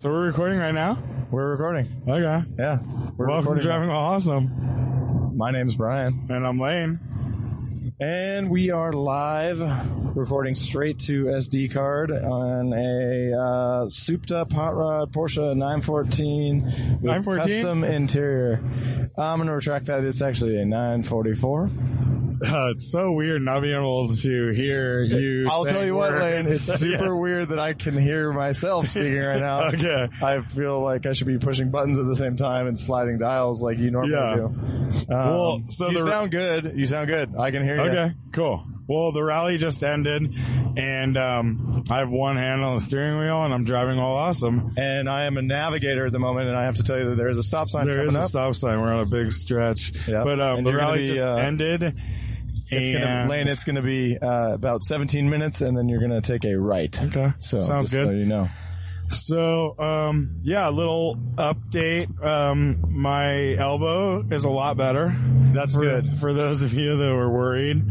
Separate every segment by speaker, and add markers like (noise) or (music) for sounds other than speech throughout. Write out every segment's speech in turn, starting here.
Speaker 1: So we're recording right now?
Speaker 2: We're recording.
Speaker 1: Okay.
Speaker 2: Yeah. We're
Speaker 1: Welcome to
Speaker 2: recording.
Speaker 1: Driving While Awesome.
Speaker 2: My name's Brian.
Speaker 1: And I'm Lane. (laughs)
Speaker 2: And we are live, recording straight to SD card on a uh, souped up hot rod Porsche 914 with
Speaker 1: 914?
Speaker 2: custom interior. I'm going to retract that. It's actually a 944.
Speaker 1: Uh, it's so weird not being able to hear you.
Speaker 2: I'll
Speaker 1: saying
Speaker 2: tell you what,
Speaker 1: words.
Speaker 2: Lane. It's super
Speaker 1: Yeah.
Speaker 2: weird that I can hear myself speaking right now.
Speaker 1: (laughs) (laughs) Okay.
Speaker 2: I feel like I should be pushing buttons at the same time and sliding dials like you normally
Speaker 1: Yeah.
Speaker 2: do. Um,
Speaker 1: Well, so
Speaker 2: you
Speaker 1: the-
Speaker 2: sound good. You sound good. I can hear you.
Speaker 1: Okay, cool. Well, the rally just ended, and um, I have one hand on the steering wheel, and I'm driving all awesome.
Speaker 2: And I am a navigator at the moment, and I have to tell you that there is a stop sign
Speaker 1: There
Speaker 2: coming
Speaker 1: is a
Speaker 2: up.
Speaker 1: stop sign. We're on a big stretch.
Speaker 2: Yeah.
Speaker 1: But um,
Speaker 2: And
Speaker 1: the
Speaker 2: you're gonna
Speaker 1: rally
Speaker 2: be,
Speaker 1: just
Speaker 2: uh,
Speaker 1: ended.
Speaker 2: It's gonna,
Speaker 1: and
Speaker 2: Lane, it's going to be uh, about 17 minutes, and then you're going to take a right.
Speaker 1: Okay.
Speaker 2: So
Speaker 1: Sounds
Speaker 2: just uh, So
Speaker 1: good.
Speaker 2: you know.
Speaker 1: So, um, yeah, a little update. Um, my elbow is a lot better.
Speaker 2: That's
Speaker 1: for,
Speaker 2: good.
Speaker 1: For those of you that were worried,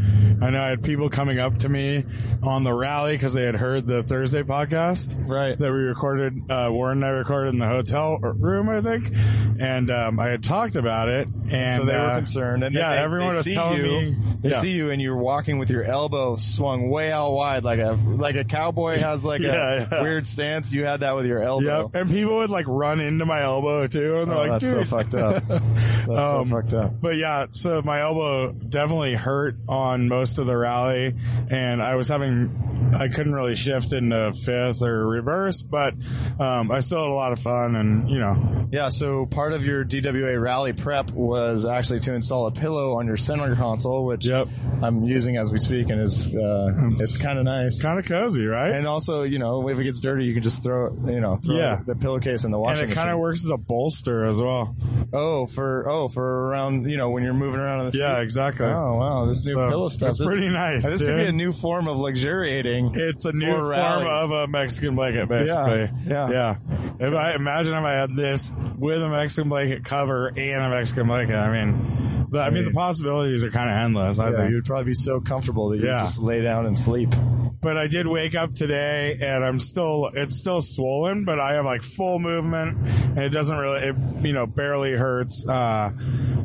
Speaker 1: I know I had people coming up to me on the rally because they had heard the Thursday podcast.
Speaker 2: Right.
Speaker 1: That we recorded, uh, Warren and I recorded in the hotel room, I think. And, um, I had talked about it. And
Speaker 2: so they were
Speaker 1: uh,
Speaker 2: concerned, and they-
Speaker 1: yeah,
Speaker 2: they,
Speaker 1: everyone
Speaker 2: they
Speaker 1: was
Speaker 2: see
Speaker 1: telling
Speaker 2: you,
Speaker 1: me.
Speaker 2: they
Speaker 1: yeah.
Speaker 2: see you, and you're walking with your elbow swung way out wide, like a like a cowboy has
Speaker 1: (laughs)
Speaker 2: like a
Speaker 1: Yeah, yeah.
Speaker 2: weird stance. You had that with your elbow.
Speaker 1: Yep. And people would like run into my elbow too. And they're
Speaker 2: Oh,
Speaker 1: like,
Speaker 2: that's so
Speaker 1: "Dude,
Speaker 2: fucked
Speaker 1: (laughs)
Speaker 2: up. That's
Speaker 1: Um,
Speaker 2: so fucked up.
Speaker 1: But yeah, so my elbow definitely hurt on most of the rally, and I was having, I couldn't really shift into fifth or reverse, but um, I still had a lot of fun, and you know,
Speaker 2: Yeah, so part of your DWA rally prep was actually to install a pillow on your center console, which
Speaker 1: Yep.
Speaker 2: I'm using as we speak, and is uh, it's kind of nice.
Speaker 1: kind of cozy, right? And,
Speaker 2: And also, you know, if it gets dirty, you can just throw it, you know, throw
Speaker 1: Yeah.
Speaker 2: the pillowcase in the washing
Speaker 1: it kind of
Speaker 2: machine.
Speaker 1: works as a bolster as well.
Speaker 2: Oh, for oh for around you know when you're moving around in the
Speaker 1: Yeah,
Speaker 2: seat.
Speaker 1: exactly.
Speaker 2: Oh wow, this new
Speaker 1: So,
Speaker 2: pillow stuff.
Speaker 1: It's
Speaker 2: this-
Speaker 1: pretty nice.
Speaker 2: (laughs) This
Speaker 1: dude.
Speaker 2: could be a new form of luxuriating.
Speaker 1: It's a new
Speaker 2: for
Speaker 1: form
Speaker 2: rallies.
Speaker 1: of a Mexican blanket, basically.
Speaker 2: Yeah,
Speaker 1: yeah. If I imagine if I had this with a Mexican blanket cover and a Mexican blanket, I mean, the, I mean, the possibilities are kind of endless. I
Speaker 2: Yeah,
Speaker 1: think.
Speaker 2: you'd probably be so comfortable that you
Speaker 1: Yeah.
Speaker 2: just lay down and sleep.
Speaker 1: But I did wake up today, and I'm still it's still swollen, but I have like full movement, and it doesn't really, it you know, barely hurts. Uh,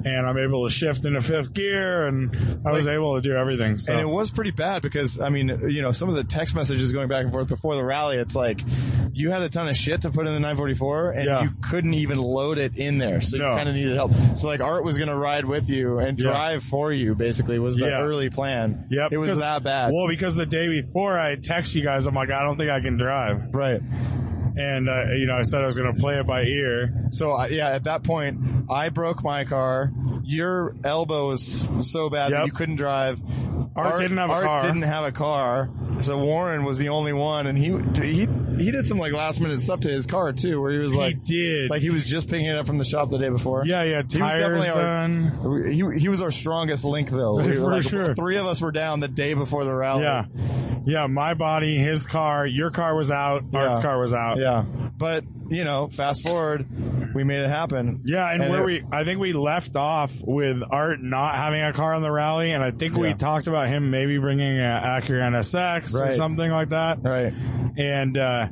Speaker 1: and I'm able to shift into fifth gear, and I was able to do everything. So.
Speaker 2: And it was pretty bad because I mean, you know, some of the text messages going back and forth before the rally, it's like you had a ton of shit to put in the 944 and
Speaker 1: Yeah.
Speaker 2: you couldn't even load it in there. So
Speaker 1: No.
Speaker 2: you kind of needed help. So like Art was going to ride with you and
Speaker 1: Yeah.
Speaker 2: drive for you basically was the
Speaker 1: Yeah.
Speaker 2: early plan.
Speaker 1: Yep,
Speaker 2: It was
Speaker 1: 'cause-
Speaker 2: that bad.
Speaker 1: Well, because the day before I text you guys, I'm like, I don't think I can drive.
Speaker 2: right.
Speaker 1: and uh, you know, I said I was going to play it by ear.
Speaker 2: So I, yeah, at that point, I broke my car. Your elbow was so bad
Speaker 1: Yep.
Speaker 2: that you couldn't drive.
Speaker 1: Art didn't have a
Speaker 2: Art
Speaker 1: car.
Speaker 2: didn't have a car. So Warren was the only one, and he he he did some like last minute stuff to his car too, where he was like
Speaker 1: he did.
Speaker 2: like he was just picking it up from the shop the day before.
Speaker 1: yeah,
Speaker 2: He
Speaker 1: yeah,
Speaker 2: was
Speaker 1: tires
Speaker 2: definitely our-
Speaker 1: done.
Speaker 2: He, he was our strongest link
Speaker 1: (laughs)
Speaker 2: though. We
Speaker 1: For
Speaker 2: were like,
Speaker 1: sure.
Speaker 2: Three of us were down the day before the rally.
Speaker 1: Yeah, yeah. My body, his car, your car was out. Art's
Speaker 2: Yeah.
Speaker 1: car was out.
Speaker 2: Yeah. But you know, fast forward, we made it happen.
Speaker 1: Yeah, and,
Speaker 2: And
Speaker 1: where
Speaker 2: it-
Speaker 1: we, I think we left off with Art not having a car on the rally, and I think we
Speaker 2: Yeah.
Speaker 1: talked about him maybe bringing an Acura NSX or
Speaker 2: Right.
Speaker 1: something like that.
Speaker 2: Right.
Speaker 1: And uh,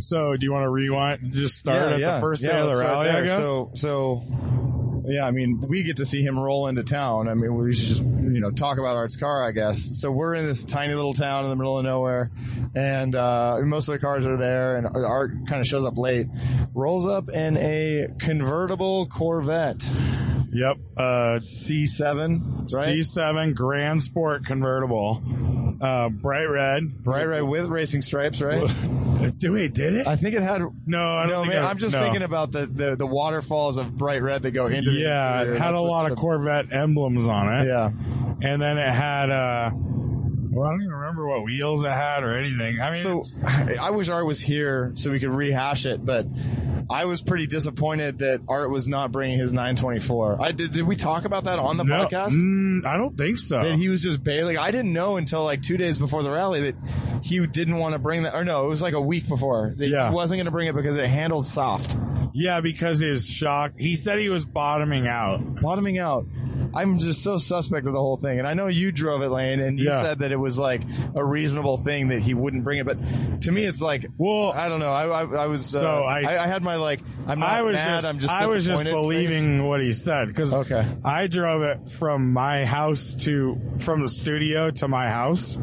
Speaker 1: so, do you want to rewind? Just start at the first day of the
Speaker 2: let's start
Speaker 1: rally, I
Speaker 2: there.
Speaker 1: guess.
Speaker 2: So, so, yeah, I mean, we get to see him roll into town. I mean, we should just, you know, talk about Art's car, I guess. So we're in this tiny little town in the middle of nowhere, and uh, most of the cars are there, and Art kind of shows up late, rolls up in a convertible Corvette.
Speaker 1: Yep. Uh,
Speaker 2: C7, right?
Speaker 1: C7 Grand Sport convertible. Uh, bright red.
Speaker 2: Right, right, with racing stripes, right?
Speaker 1: Do we did it?
Speaker 2: I think it had.
Speaker 1: no, I don't
Speaker 2: No,
Speaker 1: think
Speaker 2: man,
Speaker 1: I-
Speaker 2: I'm just
Speaker 1: no.
Speaker 2: thinking about the, the, the waterfalls of bright red that go into the
Speaker 1: Yeah,
Speaker 2: interior.
Speaker 1: it had
Speaker 2: That's
Speaker 1: a
Speaker 2: what's
Speaker 1: lot of
Speaker 2: the-
Speaker 1: Corvette emblems on it.
Speaker 2: Yeah.
Speaker 1: and then it had uh well, I don't even remember what wheels it had or anything. I mean,
Speaker 2: So
Speaker 1: it's-
Speaker 2: I wish Art was here so we could rehash it, but I was pretty disappointed that Art was not bringing his 924. I did. Did we talk about that on the
Speaker 1: no,
Speaker 2: podcast?
Speaker 1: mm, I don't think so.
Speaker 2: That he was just bailing. I didn't know until like two days before the rally that he didn't want to bring that. Or no, it was like a week before. That
Speaker 1: Yeah.
Speaker 2: He wasn't going to bring it because it handled soft.
Speaker 1: yeah, because his shock. He said he was bottoming out.
Speaker 2: bottoming out. I'm just so suspect of the whole thing. And I know you drove it, Lane, and you
Speaker 1: Yeah.
Speaker 2: said that it was like a reasonable thing that he wouldn't bring it. But to me, it's like,
Speaker 1: Well,
Speaker 2: I don't know. I, I, I was uh,
Speaker 1: So I-
Speaker 2: I, I had my like I'm not
Speaker 1: I was
Speaker 2: mad.
Speaker 1: just,
Speaker 2: I'm just
Speaker 1: I was just
Speaker 2: disappointed
Speaker 1: believing
Speaker 2: face.
Speaker 1: what he said because
Speaker 2: Okay.
Speaker 1: I drove it from my house to from the studio to my house.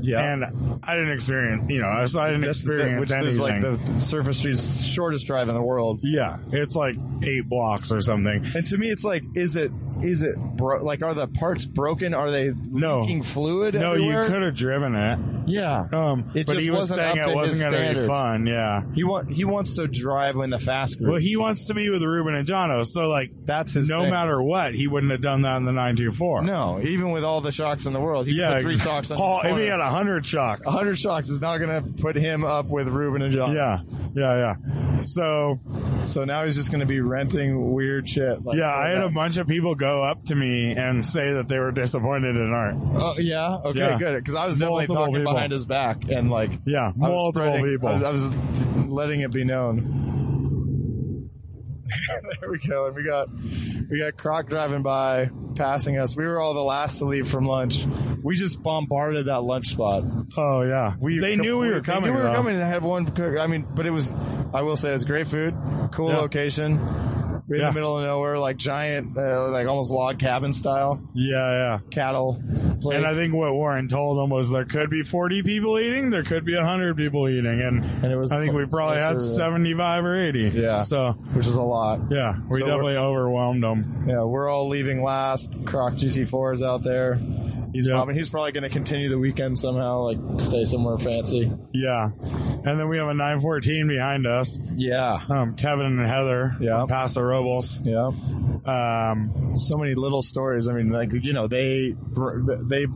Speaker 2: Yeah.
Speaker 1: and I didn't experience. You know, so I didn't
Speaker 2: That's the-
Speaker 1: experience
Speaker 2: which is
Speaker 1: anything.
Speaker 2: like the surface street's shortest drive in the world.
Speaker 1: yeah, it's like eight blocks or something.
Speaker 2: And to me, it's like, is it is it bro- like are the parts broken? Are they
Speaker 1: No.
Speaker 2: leaking fluid?
Speaker 1: No,
Speaker 2: everywhere?
Speaker 1: you could have driven it.
Speaker 2: Yeah.
Speaker 1: Um,
Speaker 2: It
Speaker 1: but
Speaker 2: just
Speaker 1: he was
Speaker 2: wasn't
Speaker 1: saying
Speaker 2: up to his
Speaker 1: it wasn't going to be
Speaker 2: standards.
Speaker 1: fun. Yeah.
Speaker 2: He want he wants to drive in the fast group.
Speaker 1: Well, he wants to be with Ruben and Jono, so like
Speaker 2: That's his
Speaker 1: no
Speaker 2: thing.
Speaker 1: matter what, he wouldn't have done that in the nine two four.
Speaker 2: No, even with all the shocks in the world, he
Speaker 1: yeah,
Speaker 2: put three shocks on.
Speaker 1: Paul,
Speaker 2: his
Speaker 1: if he
Speaker 2: corner.
Speaker 1: had hundred shocks,
Speaker 2: A hundred shocks is not going to put him up with Ruben and John.
Speaker 1: yeah, yeah, yeah. So
Speaker 2: So now he's just going to be renting weird shit. Like,
Speaker 1: yeah, I had a
Speaker 2: uh,
Speaker 1: bunch of people go up to me and say that they were disappointed in art.
Speaker 2: Oh yeah. Okay.
Speaker 1: Yeah.
Speaker 2: Good. Because I was definitely
Speaker 1: Multiple
Speaker 2: talking
Speaker 1: people.
Speaker 2: behind his back and like.
Speaker 1: Yeah,
Speaker 2: I was
Speaker 1: multiple
Speaker 2: spreading-
Speaker 1: people.
Speaker 2: I was, I was letting it be known. (laughs) there we go. And we got we got Croc driving by, passing us. We were all the last to leave from lunch. We just bombarded that lunch spot.
Speaker 1: oh yeah,
Speaker 2: We
Speaker 1: they knew we were coming.
Speaker 2: They knew we were
Speaker 1: though.
Speaker 2: coming. And I had one. cook- I mean, but it was. I will say, it was great food, cool
Speaker 1: Yeah.
Speaker 2: location. We're in
Speaker 1: Yeah.
Speaker 2: the middle of nowhere, like giant, uh, like almost log cabin style
Speaker 1: Yeah, yeah.
Speaker 2: cattle place.
Speaker 1: And I think what Warren told them was there could be 40 people eating, there could be 100 people eating, and,
Speaker 2: And it was
Speaker 1: I think we probably had
Speaker 2: closer to-
Speaker 1: 75 or 80.
Speaker 2: Yeah.
Speaker 1: So
Speaker 2: which is a lot.
Speaker 1: yeah, we
Speaker 2: So we're-
Speaker 1: definitely overwhelmed them.
Speaker 2: Yeah, we're all leaving last. Croc GT4 is out there. He's
Speaker 1: Yeah.
Speaker 2: probably he's probably going to continue the weekend somehow, like stay somewhere fancy.
Speaker 1: Yeah. And then we have a 914 behind us.
Speaker 2: Yeah,
Speaker 1: Um, Kevin and Heather
Speaker 2: Yeah.
Speaker 1: from Paso Robles.
Speaker 2: yeah.
Speaker 1: Um,
Speaker 2: So many little stories. I mean, like you know, they they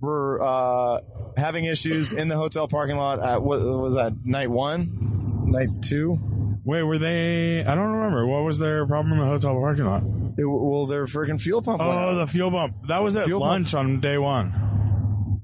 Speaker 2: were uh, having issues in the hotel parking lot at what was that night one, night two.
Speaker 1: wait, were they? I don't remember. What was their problem in the hotel parking lot?
Speaker 2: It, well, their freaking fuel pump. went out.
Speaker 1: Oh, the fuel bump. That was at
Speaker 2: Fuel bump.
Speaker 1: lunch on day one.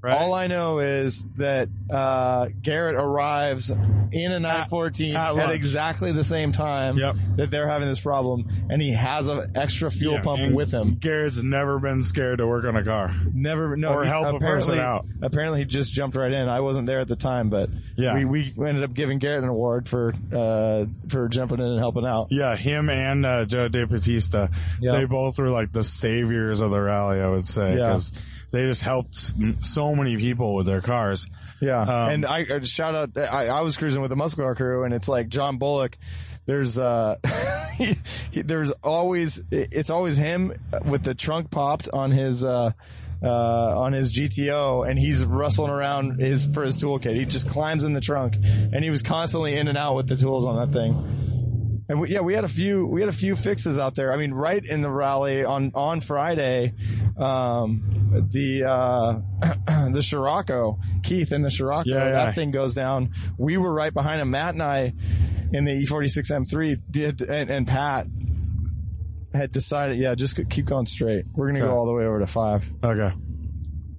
Speaker 1: Right?
Speaker 2: All I know is that uh, Garrett arrives in a 914
Speaker 1: at
Speaker 2: at,
Speaker 1: lunch.
Speaker 2: exactly the same time
Speaker 1: Yep.
Speaker 2: that they're having this problem, and he has an extra fuel
Speaker 1: Yeah,
Speaker 2: pump
Speaker 1: and
Speaker 2: with him.
Speaker 1: Garrett's never been scared to work on a car.
Speaker 2: Never, no,
Speaker 1: Or
Speaker 2: he-
Speaker 1: help a person
Speaker 2: apparently,
Speaker 1: out.
Speaker 2: Apparently, he just jumped right in. I wasn't there at the time, but
Speaker 1: Yeah.
Speaker 2: we, we ended up giving Garrett an award for uh, for jumping in and helping out.
Speaker 1: Yeah, him and uh, Joe DeBatista.
Speaker 2: Yeah.
Speaker 1: They both were like the saviors of the rally, I would say,
Speaker 2: Yeah.
Speaker 1: because they just helped s- so many people with their cars.
Speaker 2: Yeah,
Speaker 1: Um,
Speaker 2: and I, I just shout out. I, I was cruising with the muscle car crew, and it's like John Bullock. There's uh, (laughs) he, he- there's always it's always him with the trunk popped on his uh. Uh, on his GTO, and he's rustling around his for his toolkit. He just climbs in the trunk, and he was constantly in and out with the tools on that thing. And we, yeah, we had a few we had a few fixes out there. I mean, right in the rally on on Friday, um, the uh, (clears throat) the Scirocco, Keith and the Scirocco,
Speaker 1: Yeah,
Speaker 2: that
Speaker 1: yeah.
Speaker 2: thing goes down. We were right behind him. Matt and I in the E E46 M3 did, and, and Pat had decided, yeah, just keep going straight. We're gonna
Speaker 1: Okay.
Speaker 2: go all the way over to five.
Speaker 1: Okay.
Speaker 2: I'm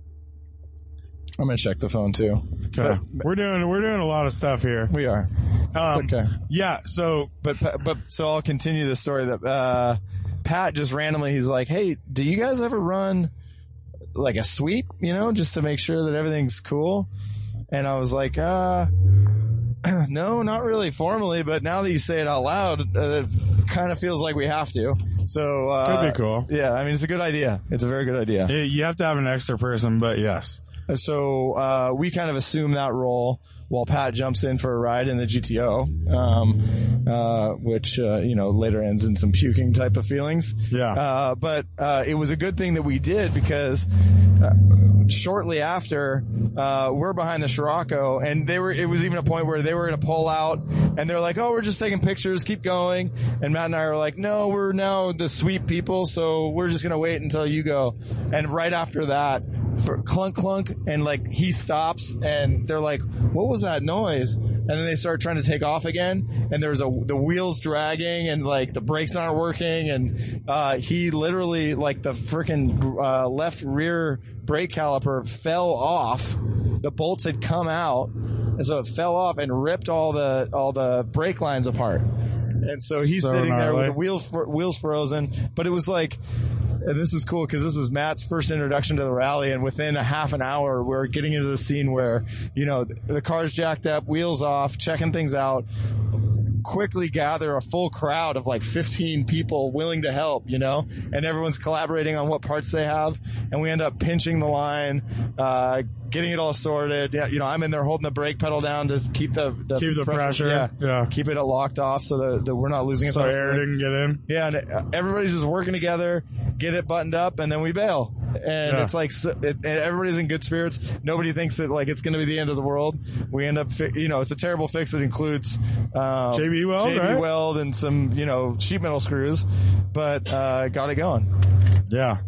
Speaker 2: gonna check the phone too.
Speaker 1: Okay. we're doing we're doing a lot of stuff here.
Speaker 2: We are.
Speaker 1: Um,
Speaker 2: okay.
Speaker 1: Yeah. So
Speaker 2: but but so I'll continue the story that uh, Pat just randomly he's like, "Hey, do you guys ever run like a sweep, you know, just to make sure that everything's cool?" And I was like, "Uh, (clears throat) no, not really formally, but now that you say it out loud, uh, it kind of feels like we have to." So uh,
Speaker 1: Could be cool.
Speaker 2: Yeah, I mean, it's a good idea. It's a very good idea.
Speaker 1: eh, you have to have an extra person, but yes.
Speaker 2: And so uh, we kind of assume that role while Pat jumps in for a ride in the GTO, um, uh, which uh, you know later ends in some puking type of feelings.
Speaker 1: Yeah.
Speaker 2: Uh, but uh, it was a good thing that we did because uh, shortly after uh, we're behind the Scirocco, and they were. It was even a point where they were in a pull out, and they're like, "Oh, we're just taking pictures. Keep going." And Matt and I were like, "No, we're now the sweet people, so we're just gonna wait until you go." And right after that, for clunk clunk, and like he stops, and they're like, "What was that noise?" And then they start trying to take off again, and there's a the wheels dragging, and like the brakes aren't working, and uh, he literally like the freaking uh, left rear brake caliper fell off. The bolts had come out, and so it fell off and ripped all the all the brake lines apart. And so he's
Speaker 1: So
Speaker 2: sitting there with
Speaker 1: gnarly.
Speaker 2: the wheels fro- wheels frozen. But it was like, and this is cool because this is Matt's first introduction to the rally, and within a half an hour, we're getting into the scene where you know the, the car's jacked up, wheels off, checking things out. Quickly gather a full crowd of like 15 people willing to help, you know, and everyone's collaborating on what parts they have, and we end up pinching the line, uh, getting it all sorted. Yeah, you know, I'm in there holding the brake pedal down to keep the, the
Speaker 1: Keep the pressure,
Speaker 2: yeah,
Speaker 1: yeah.
Speaker 2: keep it locked off so that, that we're not losing it.
Speaker 1: So
Speaker 2: by
Speaker 1: air
Speaker 2: accident.
Speaker 1: didn't get in.
Speaker 2: Yeah, and uh, everybody's just working together, get it buttoned up, and then we bail. And
Speaker 1: Yeah.
Speaker 2: it's like s- it, and everybody's in good spirits. Nobody thinks that like it's going to be the end of the world. We end up, fi- you know, it's a terrible fix that includes uh,
Speaker 1: JB Weld,
Speaker 2: JB
Speaker 1: right?
Speaker 2: Weld, and some you know sheet metal screws, but uh, got it going.
Speaker 1: Yeah.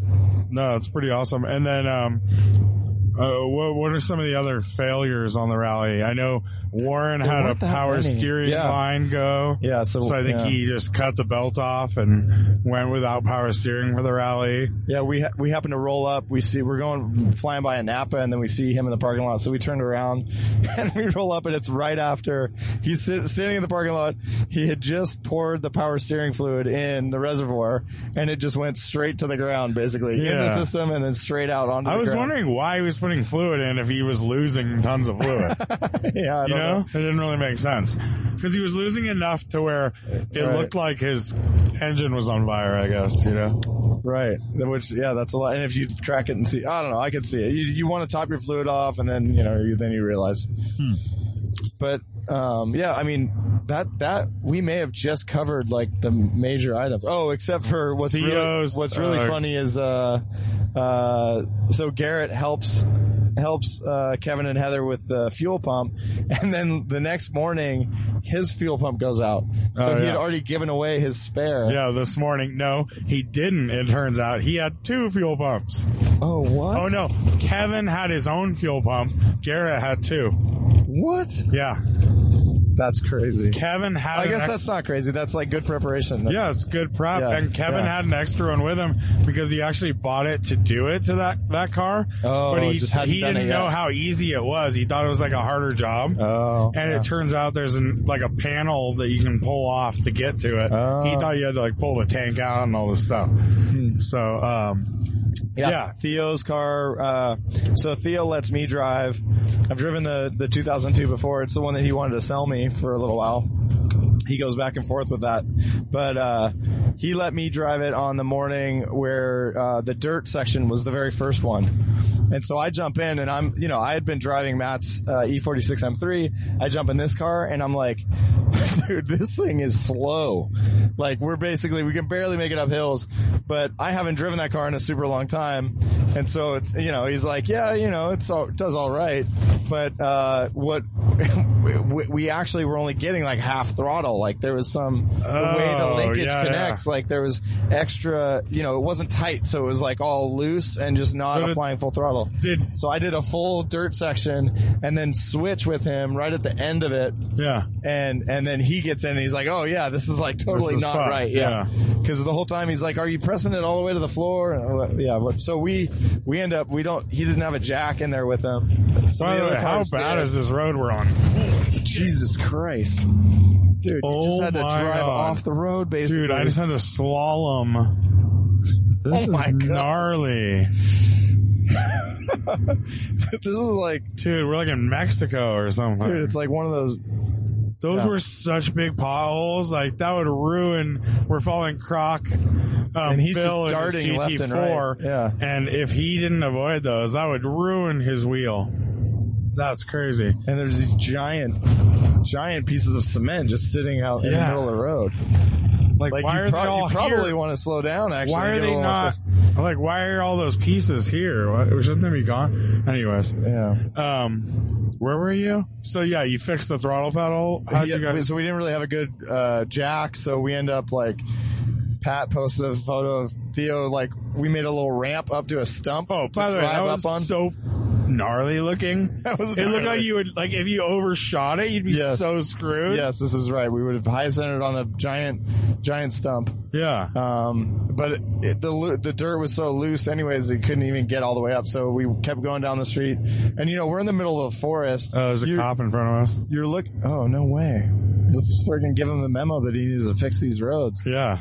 Speaker 1: No, it's pretty awesome. And then, um, uh, what, what are some of the other failures on the rally? I know Warren had a
Speaker 2: weren't that
Speaker 1: power
Speaker 2: many.
Speaker 1: steering
Speaker 2: Yeah.
Speaker 1: line go.
Speaker 2: Yeah, so-
Speaker 1: I think
Speaker 2: yeah.
Speaker 1: he just cut the belt off and went without power steering for the rally.
Speaker 2: Yeah, we ha- we happen to roll up. We see we're going flying by a Napa, and then we see him in the parking lot. So we turned around (laughs) and we roll up, and it's right after he's sit- standing in the parking lot. He had just poured the power steering fluid in the reservoir, and it just went straight to the ground, basically in the
Speaker 1: Yeah.
Speaker 2: system, and then straight out onto.
Speaker 1: I
Speaker 2: the
Speaker 1: was
Speaker 2: ground.
Speaker 1: wondering why he was putting fluid in if he was losing tons of
Speaker 2: (laughs)
Speaker 1: fluid.
Speaker 2: (laughs) yeah, I
Speaker 1: you
Speaker 2: don't
Speaker 1: know?
Speaker 2: know.
Speaker 1: It didn't really make sense. Because he was losing enough to where it
Speaker 2: Right.
Speaker 1: looked like his engine was on fire, I guess, you know?
Speaker 2: Right. Which, yeah, that's a lot. And if you track it and see, I don't know, I could see it. You, you want to top your fluid off, and then you know, you, then you realize.
Speaker 1: Hmm.
Speaker 2: But um, yeah, I mean that that we may have just covered like the major items. Oh, except for what's really,
Speaker 1: CEOs,
Speaker 2: what's really
Speaker 1: uh,
Speaker 2: funny is uh, uh, so Garrett helps helps uh, Kevin and Heather with the fuel pump, (laughs) and then the next morning his fuel pump goes out. So
Speaker 1: Oh,
Speaker 2: he
Speaker 1: yeah.
Speaker 2: had already given away his spare.
Speaker 1: (laughs) Yeah, this morning. No, he didn't. It turns out he had two fuel pumps.
Speaker 2: Oh what?
Speaker 1: Oh no, Kevin had his own fuel pump. Garrett had two.
Speaker 2: What?
Speaker 1: Yeah,
Speaker 2: That's crazy.
Speaker 1: Kevin had.
Speaker 2: I
Speaker 1: an
Speaker 2: guess
Speaker 1: ex-
Speaker 2: that's not crazy. That's like good preparation. That's-
Speaker 1: Yeah, it's good prep.
Speaker 2: Yeah,
Speaker 1: and Kevin
Speaker 2: yeah.
Speaker 1: had an extra one with him because he actually bought it to do it to that that car.
Speaker 2: Oh,
Speaker 1: but he
Speaker 2: just hadn't
Speaker 1: he
Speaker 2: done it
Speaker 1: didn't know
Speaker 2: yet.
Speaker 1: how easy it was. He thought it was like a harder job.
Speaker 2: Oh.
Speaker 1: and
Speaker 2: yeah.
Speaker 1: it turns out there's an, like a panel that you can pull off to get to it.
Speaker 2: Oh. Hmm.
Speaker 1: He thought you had to like pull the tank out and all this stuff. So, um, yeah.
Speaker 2: Theo's car. Uh, so Theo lets me drive. I've driven the the 2002 before. It's the one that he wanted to sell me for a little while. He goes back and forth with that, but uh, he let me drive it on the morning where uh, the dirt section was the very first one. And so I jump in and I'm, you know, I had been driving Matt's uh, E46 M3. I jump in this car and I'm like, (laughs) dude, this thing is slow. Like we're basically, we can barely make it up hills, but I haven't driven that car in a super long time. And so it's, you know, he's like, yeah, you know, it's all, it does all right. But, uh, what (laughs) we, we actually were only getting like half throttle. Like there was some, the way the
Speaker 1: Oh,
Speaker 2: linkage
Speaker 1: yeah,
Speaker 2: connects,
Speaker 1: yeah.
Speaker 2: like there was extra, you know, it wasn't tight. So it was like all loose and just not
Speaker 1: So did-
Speaker 2: applying full throttle.
Speaker 1: Did
Speaker 2: So I did a full dirt section and then switch with him right at the end of it.
Speaker 1: yeah.
Speaker 2: And and then he gets in and he's like, "Oh yeah, this is like totally
Speaker 1: is
Speaker 2: not
Speaker 1: fun.
Speaker 2: right." Yeah. Cuz the whole time he's like, "Are you pressing it all the way to the floor?" And, all that- yeah, but- so we we end up we don't he doesn't have a jack in there with him. So
Speaker 1: By the way, how bad is this road we're on?
Speaker 2: Jesus Christ. Dude, you
Speaker 1: Oh
Speaker 2: just had to
Speaker 1: my
Speaker 2: drive
Speaker 1: God.
Speaker 2: off the road basically.
Speaker 1: Dude, I just had to slalom. This
Speaker 2: Oh
Speaker 1: is
Speaker 2: my God.
Speaker 1: gnarly.
Speaker 2: this is like
Speaker 1: (laughs) Dude, we're like in Mexico or something.
Speaker 2: dude, it's like one of those
Speaker 1: Those
Speaker 2: Yeah.
Speaker 1: were such big potholes. Like that would ruin. We're following Croc. Um,
Speaker 2: And he's just
Speaker 1: Bill in his
Speaker 2: darting left and
Speaker 1: GT4,
Speaker 2: right. Yeah.
Speaker 1: And if he didn't avoid those, that would ruin his wheel. That's crazy.
Speaker 2: and there's these giant, giant pieces of cement just sitting out in the
Speaker 1: Yeah.
Speaker 2: middle of the road.
Speaker 1: Like,
Speaker 2: Like
Speaker 1: why
Speaker 2: you,
Speaker 1: are
Speaker 2: prob-
Speaker 1: they all
Speaker 2: you probably
Speaker 1: here?
Speaker 2: want to slow down. Actually,
Speaker 1: Why
Speaker 2: and
Speaker 1: are
Speaker 2: get a
Speaker 1: they
Speaker 2: little
Speaker 1: not?
Speaker 2: off
Speaker 1: Like, why are all those pieces here? Why, shouldn't they be gone? Anyways,
Speaker 2: this- Yeah.
Speaker 1: um, where were you? So yeah, you fixed the throttle pedal. How'd
Speaker 2: Yeah,
Speaker 1: you guys?
Speaker 2: so we didn't really have a good uh, jack, so we end up like Pat posted a photo of Theo. Like we made a little ramp up to a stump.
Speaker 1: Oh,
Speaker 2: to
Speaker 1: by the way, that
Speaker 2: drive
Speaker 1: was
Speaker 2: up on.
Speaker 1: so gnarly looking.
Speaker 2: (laughs) That was
Speaker 1: it looked
Speaker 2: gnarly.
Speaker 1: like you would like if you overshot it, you'd be
Speaker 2: Yes.
Speaker 1: so screwed.
Speaker 2: yes, this is right. We would have high centered on a giant, giant stump.
Speaker 1: Yeah. Uh,
Speaker 2: Um, but it, the lo- the dirt was so loose, anyways, it couldn't even get all the way up. So we kept going down the street, and you know we're in the middle of the forest.
Speaker 1: Oh, there's a
Speaker 2: you're,
Speaker 1: cop in front of us.
Speaker 2: You're look. Oh no way! This is freaking give him the memo that he needs to fix these roads.
Speaker 1: Yeah.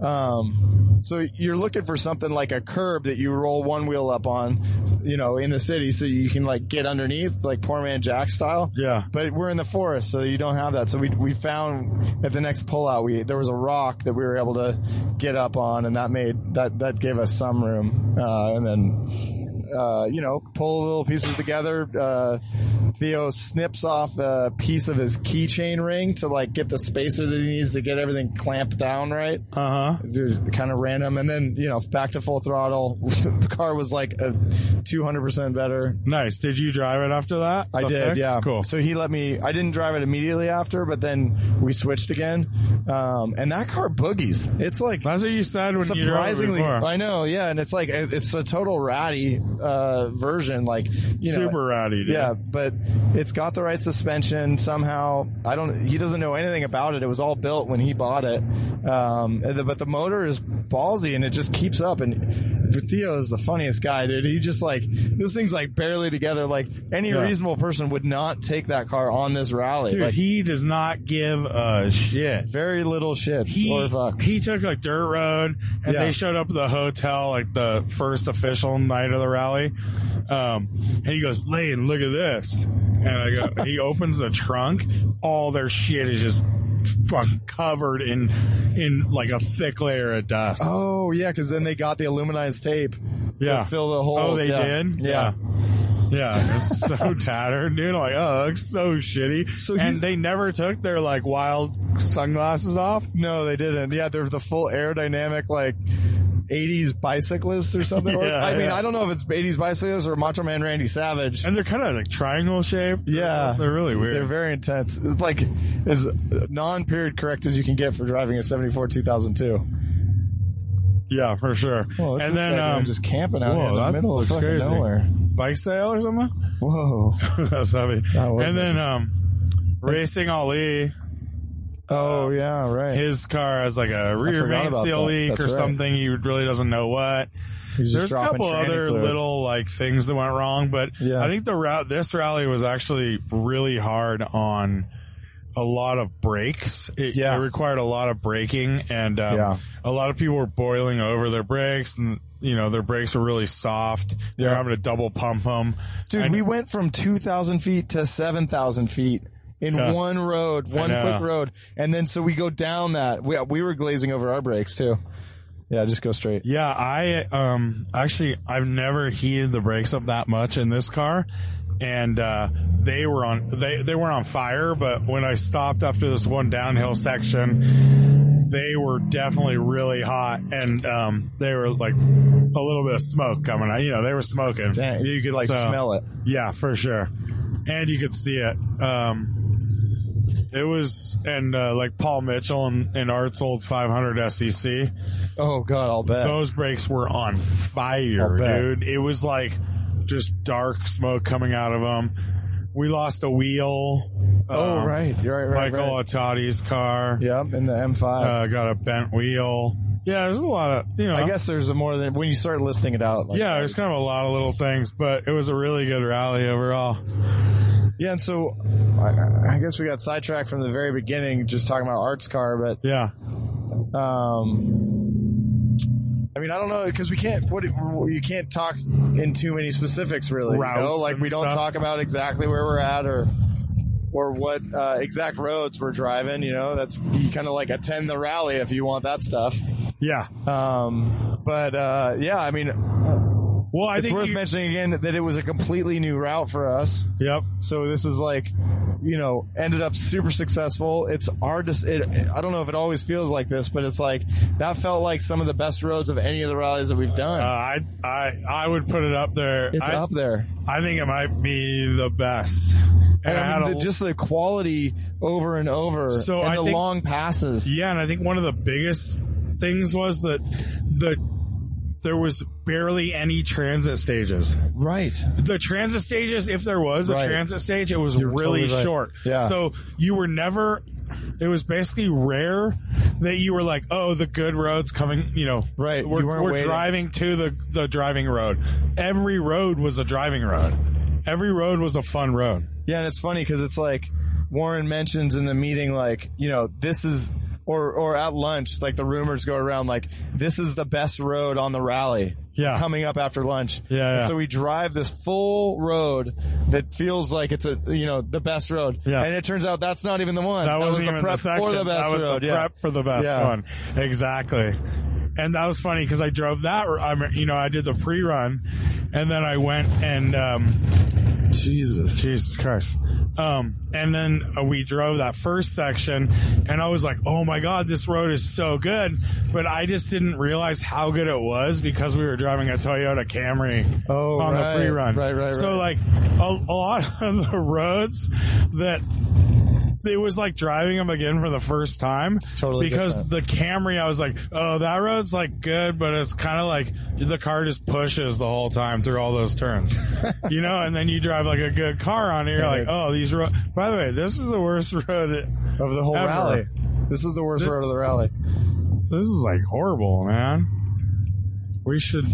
Speaker 2: Um, so you're looking for something like a curb that you roll one wheel up on, you know, in the city, so you can like get underneath, like poor man Jack style.
Speaker 1: Yeah.
Speaker 2: But we're in the forest, so you don't have that. So we we found at the next pullout, we there was a rock that we were able to get up on, and that made that that gave us some room. Uh, and then, uh, you know, pull little pieces together. Uh, Theo snips off a piece of his keychain ring to like get the spacer that he needs to get everything clamped down right
Speaker 1: Uh huh.
Speaker 2: kind of random. And then, you know, back to full throttle. (laughs) the car was like a 200% better.
Speaker 1: Nice. Did you drive it after that?
Speaker 2: I
Speaker 1: The
Speaker 2: did,
Speaker 1: fix?
Speaker 2: yeah.
Speaker 1: Cool.
Speaker 2: So he let me, I didn't drive it immediately after, but then we switched again. Um, and that car boogies. It's like
Speaker 1: That's what you said when you drove it
Speaker 2: surprisingly,
Speaker 1: before.
Speaker 2: I know, yeah. And it's like, it- it's a total ratty, uh, version. Like, you know,
Speaker 1: Super ratty, dude.
Speaker 2: yeah, but it's got the right suspension somehow. I don't. He doesn't know anything about it. It was all built when he bought it. Um, and the- but the motor is ballsy and it just keeps up. And Theo is the funniest guy, dude. He just like this thing's like barely together. Like any
Speaker 1: Yeah.
Speaker 2: reasonable person would not take that car on this rally.
Speaker 1: Dude,
Speaker 2: like
Speaker 1: he does not give a shit.
Speaker 2: very little shits
Speaker 1: He,
Speaker 2: or fucks.
Speaker 1: he took like dirt road and
Speaker 2: Yeah.
Speaker 1: they showed up at the hotel like the first official night of the rally. Um, and he goes, Lane, look at this. And I go,
Speaker 2: (laughs)
Speaker 1: he opens the trunk. All their shit is just fucking covered in, in like a thick layer of dust.
Speaker 2: oh yeah, because then they got the aluminized tape.
Speaker 1: Yeah.
Speaker 2: to fill the hole.
Speaker 1: Oh, they
Speaker 2: Yeah.
Speaker 1: did?
Speaker 2: Yeah.
Speaker 1: Yeah,
Speaker 2: (laughs)
Speaker 1: it's so tattered, dude. Like, oh, it looks so shitty.
Speaker 2: So
Speaker 1: and
Speaker 2: he's-
Speaker 1: they never took their like wild sunglasses off.
Speaker 2: No, they didn't. Yeah, they're the full aerodynamic like 80s bicyclists or something. (laughs) Or-
Speaker 1: Yeah,
Speaker 2: I mean,
Speaker 1: yeah.
Speaker 2: I don't know if it's 80s bicyclists or Macho Man Randy Savage.
Speaker 1: And they're kind of like triangle shaped.
Speaker 2: Yeah.
Speaker 1: They're really weird.
Speaker 2: They're very intense. It's like as non-period correct as you can get for driving a 74 2002.
Speaker 1: yeah, for sure.
Speaker 2: Whoa,
Speaker 1: and then um,
Speaker 2: just camping out
Speaker 1: whoa,
Speaker 2: here in the
Speaker 1: that
Speaker 2: middle of
Speaker 1: looks
Speaker 2: fucking
Speaker 1: crazy.
Speaker 2: nowhere.
Speaker 1: bike sale or something. (laughs)
Speaker 2: (laughs) Whoa.
Speaker 1: That's heavy.
Speaker 2: That was
Speaker 1: and then um, racing Ali,
Speaker 2: Oh yeah, right.
Speaker 1: his car has like a rear
Speaker 2: forgot
Speaker 1: main
Speaker 2: about
Speaker 1: seal
Speaker 2: that.
Speaker 1: leak
Speaker 2: That's
Speaker 1: or
Speaker 2: right.
Speaker 1: something. He really doesn't know what.
Speaker 2: He's just
Speaker 1: There's a
Speaker 2: dropping
Speaker 1: couple
Speaker 2: tranny
Speaker 1: other
Speaker 2: fluid.
Speaker 1: little like things that went wrong, but
Speaker 2: Yeah.
Speaker 1: I think the route this rally was actually really hard on a lot of brakes. It,
Speaker 2: Yeah.
Speaker 1: it required a lot of braking, and um,
Speaker 2: Yeah.
Speaker 1: a lot of people were boiling over their brakes, and you know their brakes were really soft. They're
Speaker 2: Yeah.
Speaker 1: having to double pump them,
Speaker 2: Dude, we went from 2,000 feet to 7,000 feet in
Speaker 1: Yeah.
Speaker 2: one road, one
Speaker 1: know.
Speaker 2: quick road. And then, so we go down that. We, we were glazing over our brakes too. Yeah, just go straight.
Speaker 1: Yeah, I um actually I've never heated the brakes up that much in this car, and uh, they were on they they weren't on fire. But when I stopped after this one downhill section, they were definitely really hot, and um, they were like a little bit of smoke coming out. You know, they were smoking.
Speaker 2: Dang, you could like
Speaker 1: So-
Speaker 2: smell it.
Speaker 1: Yeah, for sure. And you could see it. Um, it was, and uh, like Paul Mitchell and, and Art's old 500 SEC,
Speaker 2: Oh God, I'll bet.
Speaker 1: those brakes were on
Speaker 2: I'll
Speaker 1: fire,
Speaker 2: bet.
Speaker 1: dude. It was like just dark smoke coming out of them. We lost a wheel.
Speaker 2: oh
Speaker 1: Um,
Speaker 2: right, you're right, right,
Speaker 1: Michael
Speaker 2: right.
Speaker 1: Ottati's car
Speaker 2: Yep, in the M5.
Speaker 1: uh, got a bent wheel. Yeah, there's a lot of you know.
Speaker 2: I guess there's a more than when you start listing it out. Like,
Speaker 1: yeah, there's kind of a lot of little things, but it was a really good rally overall.
Speaker 2: yeah. And so, I, I guess we got sidetracked from the very beginning, just talking about Art's car, but
Speaker 1: Yeah,
Speaker 2: Um, I mean, I don't know because we can't. What you can't talk in too many specifics, really. you know?
Speaker 1: Routes
Speaker 2: Like
Speaker 1: and
Speaker 2: we don't
Speaker 1: stuff.
Speaker 2: talk about exactly where we're at or or what uh, exact roads we're driving. You know, that's you kind of like attend the rally if you want that stuff.
Speaker 1: Yeah.
Speaker 2: Um, but uh, yeah, I mean,
Speaker 1: Well, I
Speaker 2: it's
Speaker 1: think
Speaker 2: worth
Speaker 1: you-
Speaker 2: mentioning again that it was a completely new route for us.
Speaker 1: Yep.
Speaker 2: So this is like, you know, ended up super successful. It's hard to, s- it, I don't know if it always feels like this, but it's like, that felt like some of the best roads of any of the rallies that we've done.
Speaker 1: Uh, I I I would put it up there.
Speaker 2: it's
Speaker 1: I,
Speaker 2: up there.
Speaker 1: I think it might be the best.
Speaker 2: And I mean,
Speaker 1: had a-
Speaker 2: the, just the quality over and over
Speaker 1: So
Speaker 2: and
Speaker 1: I
Speaker 2: the
Speaker 1: think-
Speaker 2: long passes.
Speaker 1: Yeah, and I think one of the biggest things was that the there was barely any transit stages.
Speaker 2: Right.
Speaker 1: The transit stages, if there was
Speaker 2: Right.
Speaker 1: a transit stage, it was
Speaker 2: You're
Speaker 1: really
Speaker 2: totally right.
Speaker 1: short.
Speaker 2: Yeah.
Speaker 1: So you were never. It was basically rare that you were like, "Oh, the good road's coming." You know,
Speaker 2: Right, you
Speaker 1: We're,
Speaker 2: weren't
Speaker 1: we're
Speaker 2: waiting.
Speaker 1: driving to the the driving road. Every road was a driving road. Every road was a fun road.
Speaker 2: Yeah, and it's funny because it's like Warren mentions in the meeting, like you know, this is or or at lunch, like the rumors go around, like this is the best road on the rally.
Speaker 1: Yeah.
Speaker 2: coming up after lunch.
Speaker 1: Yeah,
Speaker 2: And
Speaker 1: yeah.
Speaker 2: so we drive this full road that feels like it's a you know the best road.
Speaker 1: Yeah.
Speaker 2: and it turns out that's not even the one.
Speaker 1: That, wasn't
Speaker 2: was the
Speaker 1: even
Speaker 2: prep
Speaker 1: the section.
Speaker 2: for the best
Speaker 1: that was
Speaker 2: road.
Speaker 1: the
Speaker 2: yeah.
Speaker 1: prep for the best
Speaker 2: Yeah.
Speaker 1: one. Exactly. And that was funny because I drove that. I mean, you know, I did the pre-run, and then I went and um, Jesus, Jesus Christ. Um, and then uh, we drove that first section, and I was like, "Oh my God, this road is so good!" But I just didn't realize how good it was because we were driving a Toyota Camry
Speaker 2: Oh,
Speaker 1: on
Speaker 2: right.
Speaker 1: the pre-run.
Speaker 2: Right, right,
Speaker 1: So
Speaker 2: right.
Speaker 1: like a, a lot (laughs) of the roads that it was like driving them again for the first time.
Speaker 2: totally
Speaker 1: because the Camry, I was like, oh, that road's like good, but it's kind of like the car just pushes the whole time through all those turns,
Speaker 2: (laughs)
Speaker 1: you know. And then you drive like a good car on it, you're like, oh, these road. By the way, this is the worst (laughs) road. that-
Speaker 2: of the whole
Speaker 1: Ever.
Speaker 2: rally. This is the worst
Speaker 1: This-
Speaker 2: road of the rally.
Speaker 1: This is like horrible, man. We should,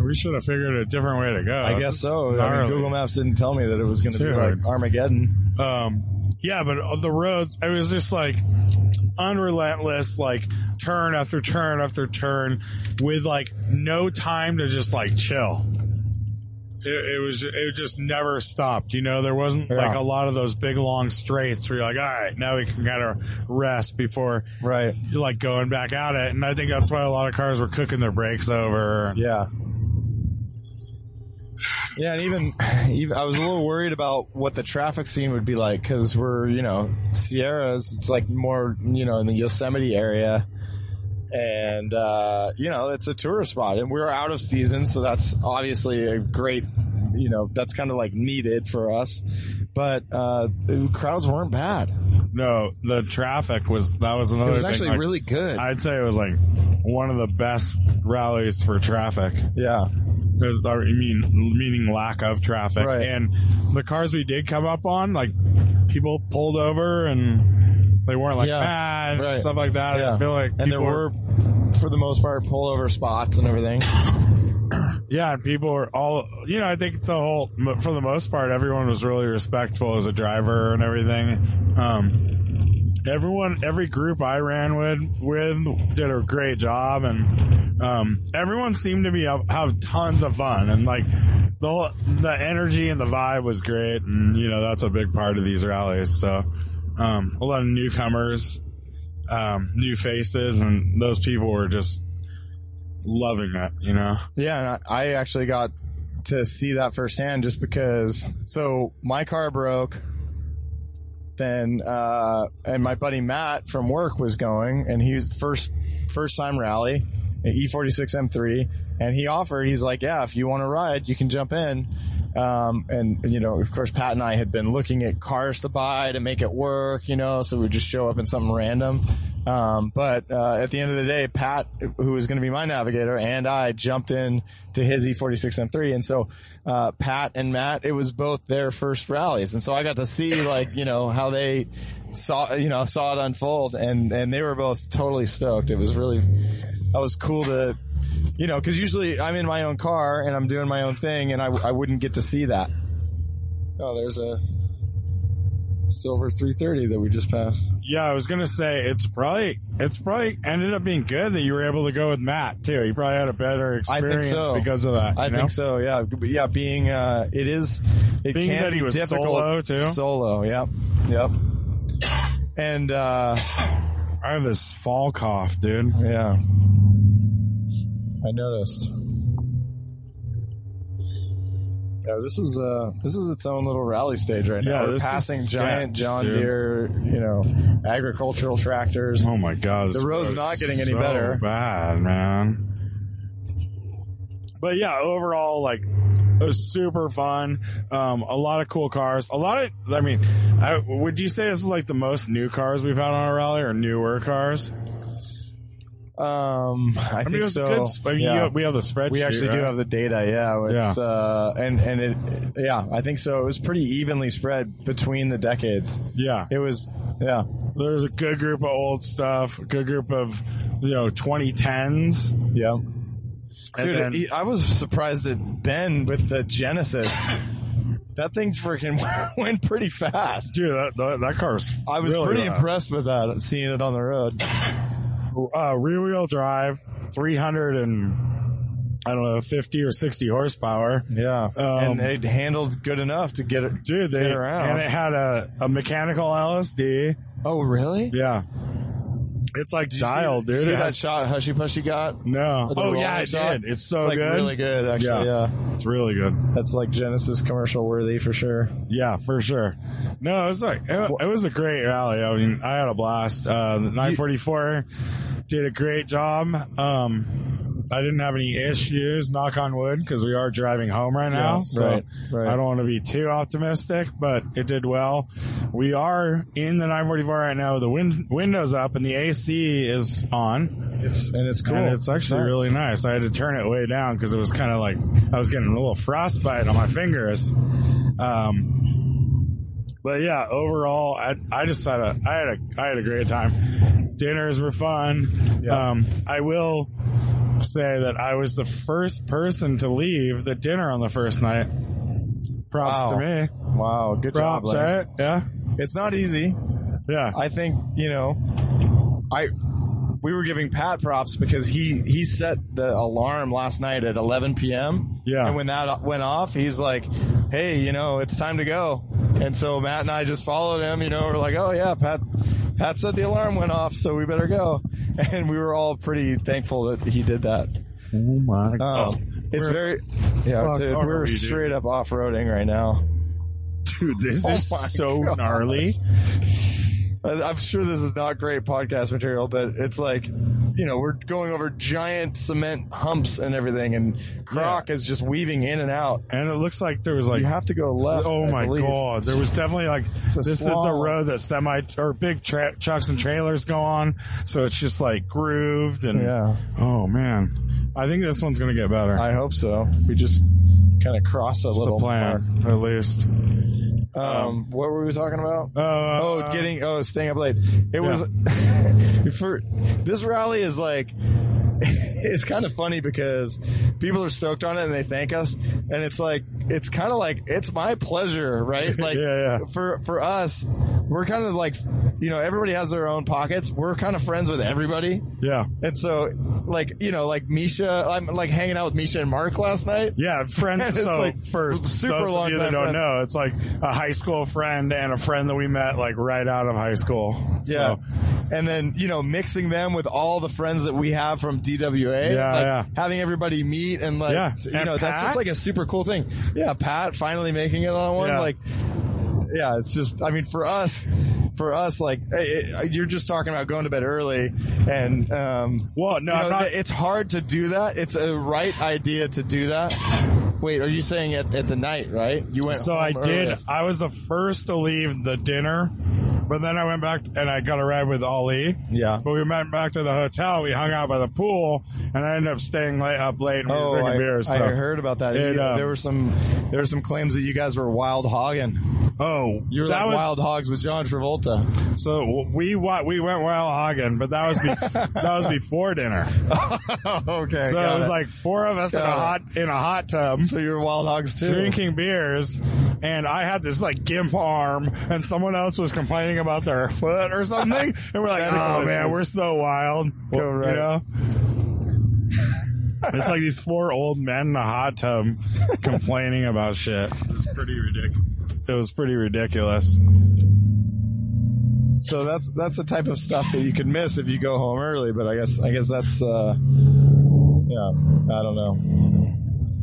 Speaker 1: we should have figured a different way to go.
Speaker 2: I guess so. I mean,
Speaker 1: Uh, Gnarly.
Speaker 2: Google Maps didn't tell me that it was going to be
Speaker 1: Dude.
Speaker 2: like Armageddon.
Speaker 1: um yeah but the roads it was just like unrelentless like turn after turn after turn with like no time to just like chill it, it was it just never stopped you know there wasn't like a lot of those big long straights where you're like all right now we can kind of rest before
Speaker 2: Right.
Speaker 1: like going back at it and i think that's why a lot of cars were cooking their brakes over
Speaker 2: Yeah. Yeah, and even, even I was a little worried about what the traffic scene would be like because we're you know Sierras. It's like more you know in the Yosemite area, and uh, you know it's a tourist spot, and we're out of season, so that's obviously a great you know that's kind of like needed for us. But uh, the crowds weren't bad.
Speaker 1: no the traffic was that was
Speaker 2: It
Speaker 1: another
Speaker 2: was
Speaker 1: thing,
Speaker 2: actually
Speaker 1: like-
Speaker 2: really good.
Speaker 1: I'd say it was like one of the best rallies for traffic.
Speaker 2: yeah,
Speaker 1: There's- I mean, meaning lack of traffic.
Speaker 2: Right.
Speaker 1: And the cars we did come up on, like people pulled over and they weren't like
Speaker 2: Yeah.
Speaker 1: mad and
Speaker 2: Right.
Speaker 1: stuff like that.
Speaker 2: yeah.
Speaker 1: I feel like
Speaker 2: and there
Speaker 1: people
Speaker 2: were, for the most part, pullover spots and everything.
Speaker 1: yeah, and people were all you know. I think the whole m- for the most part, everyone was really respectful as a driver and everything. Um, everyone, every group I ran with with did a great job, and um, everyone seemed to be have, have tons of fun and like the whole, the energy and the vibe was great, and you know that's a big part of these rallies. So um, a lot of newcomers, um, new faces, and those people were just loving it, you know.
Speaker 2: Yeah, and I, I actually got to see that firsthand just because. So my car broke, then, uh, and my buddy Matt from work was going, and he was first first time rally, an E E46 M3, and he offered. He's like, "Yeah, if you want to ride, you can jump in." Um, and you know, of course, Pat and I had been looking at cars to buy to make it work, you know, so we would just show up in something random. Um, but uh, at the end of the day, Pat, who was going to be my navigator, and I jumped in to his E E46 M3, and so uh, Pat and Matt, it was both their first rallies, and so I got to see like you know how they saw you know saw it unfold, and and they were both totally stoked. It was really that was cool to you know because usually I'm in my own car and I'm doing my own thing, and I I wouldn't get to see that. Oh, there's a Silver's 330 that we just passed.
Speaker 1: Yeah, I was gonna say it's probably it's probably ended up being good that you were able to go with Matt too. You probably had a better
Speaker 2: I think
Speaker 1: experience
Speaker 2: so.
Speaker 1: because of that.
Speaker 2: I
Speaker 1: you know?
Speaker 2: think so. Yeah, But yeah. Being uh, it is it
Speaker 1: Being
Speaker 2: can
Speaker 1: that
Speaker 2: be
Speaker 1: he was
Speaker 2: difficult.
Speaker 1: solo, too.
Speaker 2: Solo. Yep. Yep. And uh,
Speaker 1: I have this fall cough, dude.
Speaker 2: yeah, I noticed. Yeah, this is uh this is its own little rally stage right now.
Speaker 1: Yeah,
Speaker 2: We're
Speaker 1: this is
Speaker 2: passing
Speaker 1: sketch,
Speaker 2: giant John
Speaker 1: dude.
Speaker 2: Deere, you know, agricultural tractors.
Speaker 1: Oh my god, this
Speaker 2: The road's not
Speaker 1: road's
Speaker 2: getting any
Speaker 1: so
Speaker 2: better.
Speaker 1: Bad man. But yeah, overall, like, it was super fun. Um, a lot of cool cars. A lot of, I mean, I, would you say this is like the most new cars we've had on our rally, or newer cars?
Speaker 2: Um, I,
Speaker 1: I
Speaker 2: think
Speaker 1: mean, it was
Speaker 2: so.
Speaker 1: a good. sp- I mean, you
Speaker 2: Yeah.
Speaker 1: got- we have the spreadsheet.
Speaker 2: We actually do
Speaker 1: right?
Speaker 2: have the data, yeah. It's,
Speaker 1: Yeah.
Speaker 2: Uh, and and it, yeah, I think so. It was pretty evenly spread between the decades.
Speaker 1: Yeah,
Speaker 2: It was, yeah,
Speaker 1: there's a good group of old stuff, a good group of you know 2010s. And
Speaker 2: yeah. Dude,
Speaker 1: then-
Speaker 2: he- I was surprised that Ben with the Genesis, that thing freaking (laughs) went pretty fast.
Speaker 1: dude, that, that, that car's.
Speaker 2: I was
Speaker 1: really
Speaker 2: pretty
Speaker 1: loud.
Speaker 2: impressed with that, seeing it on the road.
Speaker 1: uh, rear wheel drive, 300 and I don't know, 50 or 60 horsepower.
Speaker 2: Yeah, and
Speaker 1: Um,
Speaker 2: it handled good enough to get it.
Speaker 1: Dude, they
Speaker 2: Get around.
Speaker 1: and it had a, a mechanical LSD.
Speaker 2: Oh, really?
Speaker 1: Yeah, it's like dialed,
Speaker 2: Did
Speaker 1: dude.
Speaker 2: you see
Speaker 1: It
Speaker 2: that
Speaker 1: has-
Speaker 2: shot Hushy Pushy got?
Speaker 1: no,
Speaker 2: The
Speaker 1: oh
Speaker 2: rolling
Speaker 1: yeah, it
Speaker 2: shot?
Speaker 1: did. It's so
Speaker 2: It's, like,
Speaker 1: good.
Speaker 2: really good, actually.
Speaker 1: Yeah.
Speaker 2: yeah.
Speaker 1: It's really good.
Speaker 2: That's like Genesis commercial worthy for sure.
Speaker 1: Yeah, for sure. No, it was like it, it was a great rally. I mean, I had a blast. Uh, the 944 did a great job. Um, I didn't have any issues, knock on wood, because we are driving home right now.
Speaker 2: Yeah,
Speaker 1: so
Speaker 2: right, right.
Speaker 1: I don't want to be too optimistic, but it did well. We are in the 944 right now. with The win- windows up and the AC is on.
Speaker 2: It's and it's cool.
Speaker 1: And it's actually
Speaker 2: Nice.
Speaker 1: really nice. I had to turn it way down because it was kind of like I was getting a little frostbite on my fingers. Um, but yeah, overall, I, I just had a I had a I had a great time. Dinners were fun.
Speaker 2: Yeah.
Speaker 1: Um, I will say that I was the first person to leave the dinner on the first night. Props
Speaker 2: Wow.
Speaker 1: to me.
Speaker 2: Wow, good
Speaker 1: Props, eh?
Speaker 2: job. Larry. Oh
Speaker 1: right? Yeah,
Speaker 2: It's not easy.
Speaker 1: yeah.
Speaker 2: I think, you know, I we were giving Pat props because he he set the alarm last night at 11 p.m.
Speaker 1: Yeah.
Speaker 2: And when that went off, he's like, "Hey, you know, it's time to go." And so Matt and I just followed him, you know, we're like, "Oh yeah, Pat Pat said the alarm went off, so we better go." (laughs) And we were all pretty thankful that he did that.
Speaker 1: oh my
Speaker 2: Um, it's
Speaker 1: We're-
Speaker 2: very yeah.
Speaker 1: Fuck,
Speaker 2: Dude,
Speaker 1: are
Speaker 2: we're
Speaker 1: we, dude?
Speaker 2: straight up off roading right now.
Speaker 1: dude, this
Speaker 2: Oh
Speaker 1: is
Speaker 2: my (laughs)
Speaker 1: so gnarly.
Speaker 2: I- I'm sure this is not great podcast material, but it's like you know we're going over giant cement humps and everything, and Croc is just weaving in and out.
Speaker 1: And it looks like there was like
Speaker 2: You have to go left.
Speaker 1: Oh
Speaker 2: I
Speaker 1: my
Speaker 2: believe.
Speaker 1: god! There was definitely like
Speaker 2: a
Speaker 1: this is a
Speaker 2: slalom.
Speaker 1: road that semi or big tra- trucks and trailers go on, so it's just like grooved and
Speaker 2: Yeah,
Speaker 1: oh man, I think this one's gonna get better.
Speaker 2: I hope so. We just kind of crossed a
Speaker 1: That's the
Speaker 2: little
Speaker 1: plan, at least.
Speaker 2: mark. Um, what were we talking about?
Speaker 1: Uh,
Speaker 2: Oh, getting oh, staying up late. It was (laughs) for this rally is like (laughs) it's kind of funny because people are stoked on it and they thank us, and it's like it's kind of like it's my pleasure,
Speaker 1: (laughs)
Speaker 2: right? Like
Speaker 1: Yeah, yeah.
Speaker 2: for for us, we're kind of like you know everybody has their own pockets. We're kind of friends with everybody,
Speaker 1: yeah,
Speaker 2: and so like you know like Misha, I'm like hanging out with Misha and Mark last night.
Speaker 1: yeah. Friend.
Speaker 2: (laughs) It's
Speaker 1: so
Speaker 2: like
Speaker 1: for
Speaker 2: super
Speaker 1: those of you
Speaker 2: long-time
Speaker 1: that don't
Speaker 2: friends.
Speaker 1: know, it's like a high school friend and a friend that we met like right out of high school.
Speaker 2: Yeah.
Speaker 1: So,
Speaker 2: And then, you know, mixing them with all the friends that we have from DWA.
Speaker 1: Yeah,
Speaker 2: like,
Speaker 1: yeah.
Speaker 2: Having everybody meet and like,
Speaker 1: Yeah.
Speaker 2: you
Speaker 1: And
Speaker 2: know, that's
Speaker 1: Pat?
Speaker 2: just like a super cool thing. Yeah. Pat finally making it on one.
Speaker 1: Yeah.
Speaker 2: Like, yeah, it's just, I mean, for us, for us, like, eh, eh, you're just talking about going to bed early and, um,
Speaker 1: well, no,
Speaker 2: you know,
Speaker 1: I'm not.
Speaker 2: th- it's hard to do that. It's a right idea to do that. Wait, are you saying at, at the night, right? You went
Speaker 1: So
Speaker 2: home
Speaker 1: I did.
Speaker 2: earliest.
Speaker 1: I was the first to leave the dinner, but then I went back and I got a ride with Ali.
Speaker 2: Yeah.
Speaker 1: But we went back to the hotel. We hung out by the pool, and I ended up staying late up late and we were
Speaker 2: Oh,
Speaker 1: drinking
Speaker 2: I,
Speaker 1: beers.
Speaker 2: I
Speaker 1: so.
Speaker 2: heard about that.
Speaker 1: It,
Speaker 2: You-
Speaker 1: um,
Speaker 2: there were some there were some claims that you guys were wild hogging.
Speaker 1: Oh,
Speaker 2: You were
Speaker 1: that
Speaker 2: like
Speaker 1: was
Speaker 2: wild hogs with John Travolta.
Speaker 1: (laughs) so we wa- we went wild hogging, but that was bef-
Speaker 2: (laughs)
Speaker 1: that was before dinner.
Speaker 2: okay.
Speaker 1: So it was like four of us in a
Speaker 2: Got it.
Speaker 1: hot in a hot tub.
Speaker 2: so you were wild hogs too.
Speaker 1: drinking beers and I had this like gimp arm and someone else was complaining about their foot
Speaker 2: (laughs)
Speaker 1: or something and we're like,
Speaker 2: That'd be
Speaker 1: oh man,
Speaker 2: delicious.
Speaker 1: we're so wild.
Speaker 2: Go
Speaker 1: You
Speaker 2: right.
Speaker 1: know? it's like these four old men in a hot tub complaining about shit. It was pretty ridiculous. It was pretty ridiculous.
Speaker 2: So that's that's the type of stuff that you could miss if you go home early. But I guess I guess that's uh, yeah, I don't know.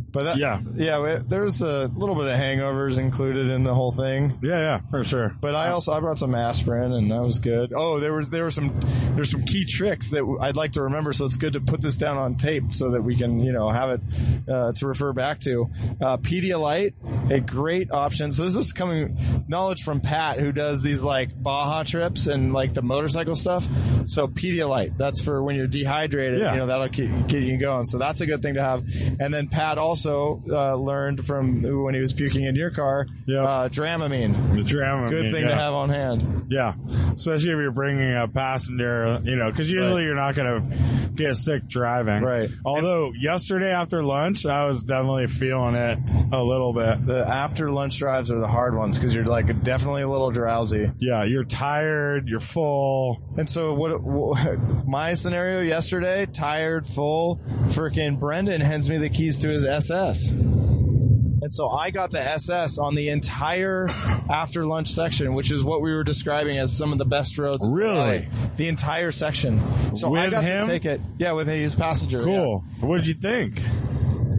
Speaker 2: But that,
Speaker 1: Yeah.
Speaker 2: yeah, we- there's a little bit of hangovers included in the whole thing.
Speaker 1: Yeah, yeah, for sure.
Speaker 2: But I also I brought some aspirin and that was good. Oh, there was there were some there's some key tricks that I'd like to remember. So it's good to put this down on tape so that we can you know have it uh, to refer back to. Uh, Pedialyte, a great option. So this is coming knowledge from Pat who does these like Baja trips and like the motorcycle stuff. So Pedialyte, that's for when you're dehydrated.
Speaker 1: Yeah.
Speaker 2: You know that'll keep, keep you going. So that's a good thing to have. And then Pat also uh, learned from when he was puking in your car,
Speaker 1: Yeah.
Speaker 2: uh, Dramamine
Speaker 1: The drama.
Speaker 2: good
Speaker 1: mean,
Speaker 2: thing
Speaker 1: yeah.
Speaker 2: to have on hand.
Speaker 1: Yeah, especially if you're bringing a passenger, you know, because usually
Speaker 2: Right.
Speaker 1: you're not going to get sick driving.
Speaker 2: Right.
Speaker 1: Although yesterday after lunch, I was definitely feeling it a little bit.
Speaker 2: The after lunch drives are the hard ones because you're like definitely a little drowsy.
Speaker 1: Yeah, you're tired, you're full.
Speaker 2: And so what, what (laughs) my scenario yesterday, tired, full, freaking Brendan hands me the keys to his SS. And so I got the SS on the entire after lunch section, which is what we were describing as some of the best roads. in
Speaker 1: Really?
Speaker 2: Raleigh. The entire section. So I
Speaker 1: With
Speaker 2: got
Speaker 1: him?
Speaker 2: to take it. Yeah, with his passenger.
Speaker 1: Cool. What did you think?
Speaker 2: yeah.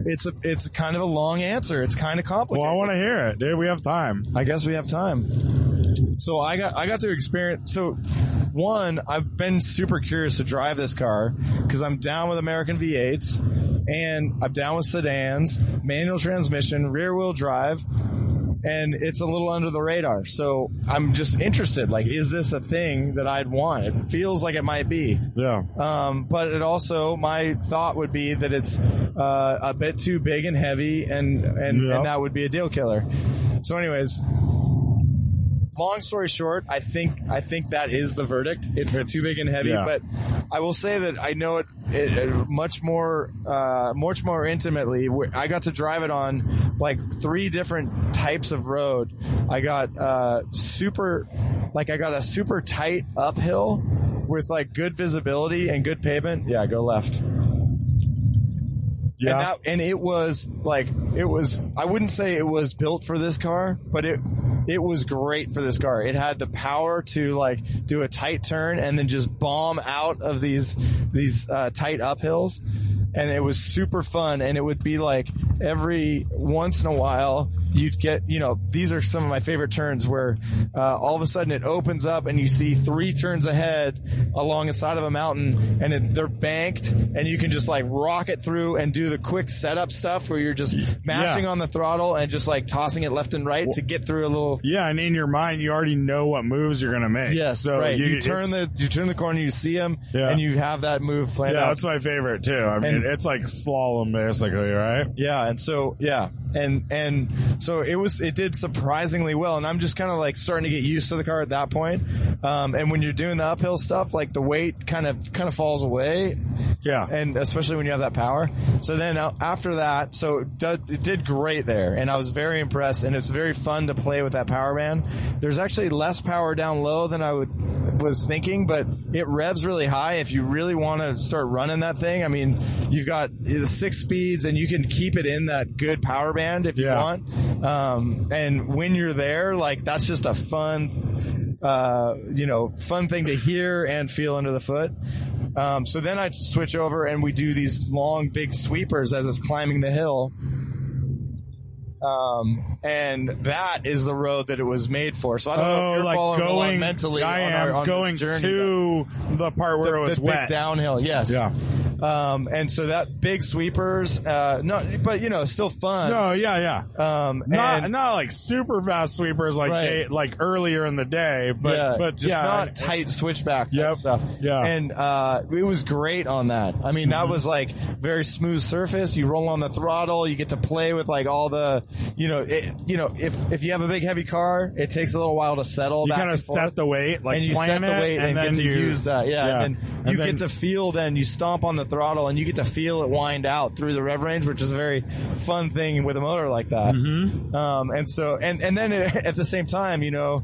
Speaker 2: It's a, it's kind of a long answer. It's kind of complicated.
Speaker 1: Well, I want to hear it, dude. We have time.
Speaker 2: I guess we have time. So I got I got to experience. So one, I've been super curious to drive this car because I'm down with American V8s, and I'm down with sedans, manual transmission, rear wheel drive, and it's a little under the radar. So I'm just interested. Like, is this a thing that I'd want? It feels like it might be.
Speaker 1: Yeah.
Speaker 2: Um, but it also, my thought would be that it's uh, a bit too big and heavy, and and,
Speaker 1: Yeah.
Speaker 2: and that would be a deal killer. So, anyways, long story short, I think I think that is the verdict. It's,
Speaker 1: It's-
Speaker 2: too big and heavy,
Speaker 1: yeah.
Speaker 2: but I will say that I know it, it, it much more uh, much more intimately. Wh- I got to drive it on like three different types of road. I got uh, super like I got a super tight uphill with like good visibility and good pavement. Yeah, go left.
Speaker 1: Yeah.
Speaker 2: And, that, and it was like it was. I wouldn't say it was built for this car, but it it was great for this car. It had the power to like do a tight turn and then just bomb out of these these uh, tight uphills, and it was super fun. And it would be like every once in a while you'd get you know these are some of my favorite turns where uh, all of a sudden it opens up and you see three turns ahead along the side of a mountain and it, they're banked and you can just like rock it through and do the quick setup stuff where you're just mashing on the throttle and just like tossing it left and right to get through a little
Speaker 1: yeah, and in your mind, you already know what moves you're going to make.
Speaker 2: yes
Speaker 1: So
Speaker 2: right you,
Speaker 1: it's-
Speaker 2: turn the you turn the corner you see them
Speaker 1: Yeah.
Speaker 2: and you have that move planned
Speaker 1: Yeah,
Speaker 2: out
Speaker 1: that's my favorite too. I mean,
Speaker 2: And-
Speaker 1: it's like slalom basically, right?
Speaker 2: Yeah, and so yeah, and and so it was it did surprisingly well, and I'm just kind of like starting to get used to the car at that point. Um, and when you're doing the uphill stuff, like the weight kind of kind of falls away,
Speaker 1: Yeah.
Speaker 2: and especially when you have that power. So then uh, after that, so it did, it did great there, and I was very impressed, and it's very fun to play with that power band. There's actually less power down low than I would was thinking, but it revs really high. If you really want to start running that thing, I mean, you've got uh, six speeds, and you can keep it in that good power band if
Speaker 1: Yeah.
Speaker 2: you want want. Um, and when you're there, like that's just a fun, uh, you know, fun thing to hear and feel under the foot. Um, so then I switch over and we do these long, big sweepers as it's climbing the hill. Um, and that is the road that it was made for. So I don't know if
Speaker 1: Oh,
Speaker 2: you're
Speaker 1: like
Speaker 2: following along
Speaker 1: going
Speaker 2: mentally.
Speaker 1: I
Speaker 2: on
Speaker 1: am
Speaker 2: our, on this
Speaker 1: going
Speaker 2: journey,
Speaker 1: to the part where
Speaker 2: but
Speaker 1: it was
Speaker 2: the big
Speaker 1: wet.
Speaker 2: downhill. Yes.
Speaker 1: Yeah.
Speaker 2: Um, and so that big sweepers, uh, no, but you know, still fun.
Speaker 1: No, yeah, yeah.
Speaker 2: Um,
Speaker 1: Not
Speaker 2: and-
Speaker 1: not like super fast sweepers like
Speaker 2: Right.
Speaker 1: they- like earlier in the day, but
Speaker 2: yeah,
Speaker 1: but
Speaker 2: just
Speaker 1: yeah,
Speaker 2: not
Speaker 1: and-
Speaker 2: tight switchback type
Speaker 1: Yep,
Speaker 2: stuff.
Speaker 1: yeah. Mm-hmm.
Speaker 2: and uh, it was great on that. I mean, that was like very smooth surface. You roll on the throttle, you get to play with like all the, you know, it, you know, if if you have a big heavy car, it takes a little while to settle.
Speaker 1: you
Speaker 2: back
Speaker 1: kind of
Speaker 2: and forth.
Speaker 1: set the weight, like
Speaker 2: and you set
Speaker 1: plan
Speaker 2: the
Speaker 1: it,
Speaker 2: weight and,
Speaker 1: then
Speaker 2: get to
Speaker 1: you
Speaker 2: use that. Yeah, and then you
Speaker 1: then-
Speaker 2: get to feel. Then you stomp on the throttle and you get to feel it wind out through the rev range, which is a very fun thing with a motor like that. Mm-hmm. Um, and so, and and then (laughs) at the same time, you know.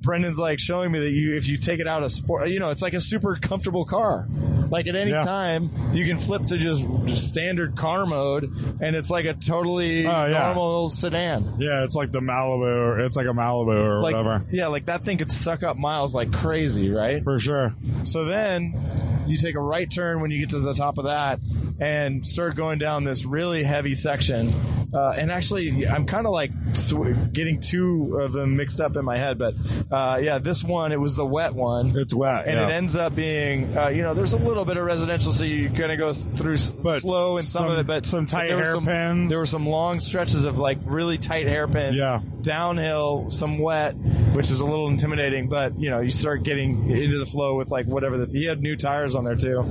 Speaker 2: Brendan's like showing me that you, if you take it out of sport, you know, it's like a super comfortable car. Like at any
Speaker 1: Yeah.
Speaker 2: time, you can flip to just, just standard car mode, and it's like a totally
Speaker 1: Oh, yeah.
Speaker 2: normal sedan
Speaker 1: yeah, it's like the Malibu, or it's like a Malibu or
Speaker 2: like,
Speaker 1: whatever,
Speaker 2: Yeah, like that thing could suck up miles like crazy, right?
Speaker 1: for sure.
Speaker 2: So then you take a right turn when you get to the top of that and start going down this really heavy section. Uh, and actually, I'm kind of like sw- getting two of them mixed up in my head, but uh, yeah, this one it was the wet one.
Speaker 1: It's wet,
Speaker 2: and
Speaker 1: yeah.
Speaker 2: it ends up being, uh, you know, there's a little bit of residential, so you kind of go s- through s-
Speaker 1: But
Speaker 2: slow in some,
Speaker 1: some-
Speaker 2: of it, but
Speaker 1: some
Speaker 2: but
Speaker 1: tight
Speaker 2: there were some-
Speaker 1: hairpins.
Speaker 2: There were some long stretches of like really tight hairpins
Speaker 1: Yeah.
Speaker 2: downhill, some wet, which is a little intimidating, but you know, you start getting into the flow with like whatever that he had new tires on there too.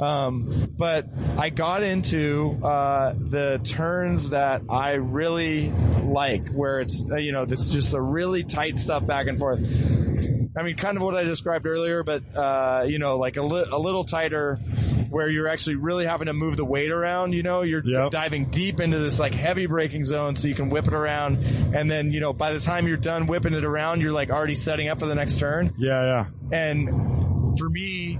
Speaker 2: Um, but I got into uh, the turns that I really like, where it's uh, you know, it's just a really tight stuff back and forth. I mean, kind of what I described earlier, but uh, you know, like a, li- a little tighter, where you're actually really having to move the weight around. You know, you're
Speaker 1: Yep.
Speaker 2: diving deep into this like heavy braking zone, so you can whip it around, and then you know, by the time you're done whipping it around, you're like already setting up for the next turn
Speaker 1: Yeah, yeah.
Speaker 2: and for me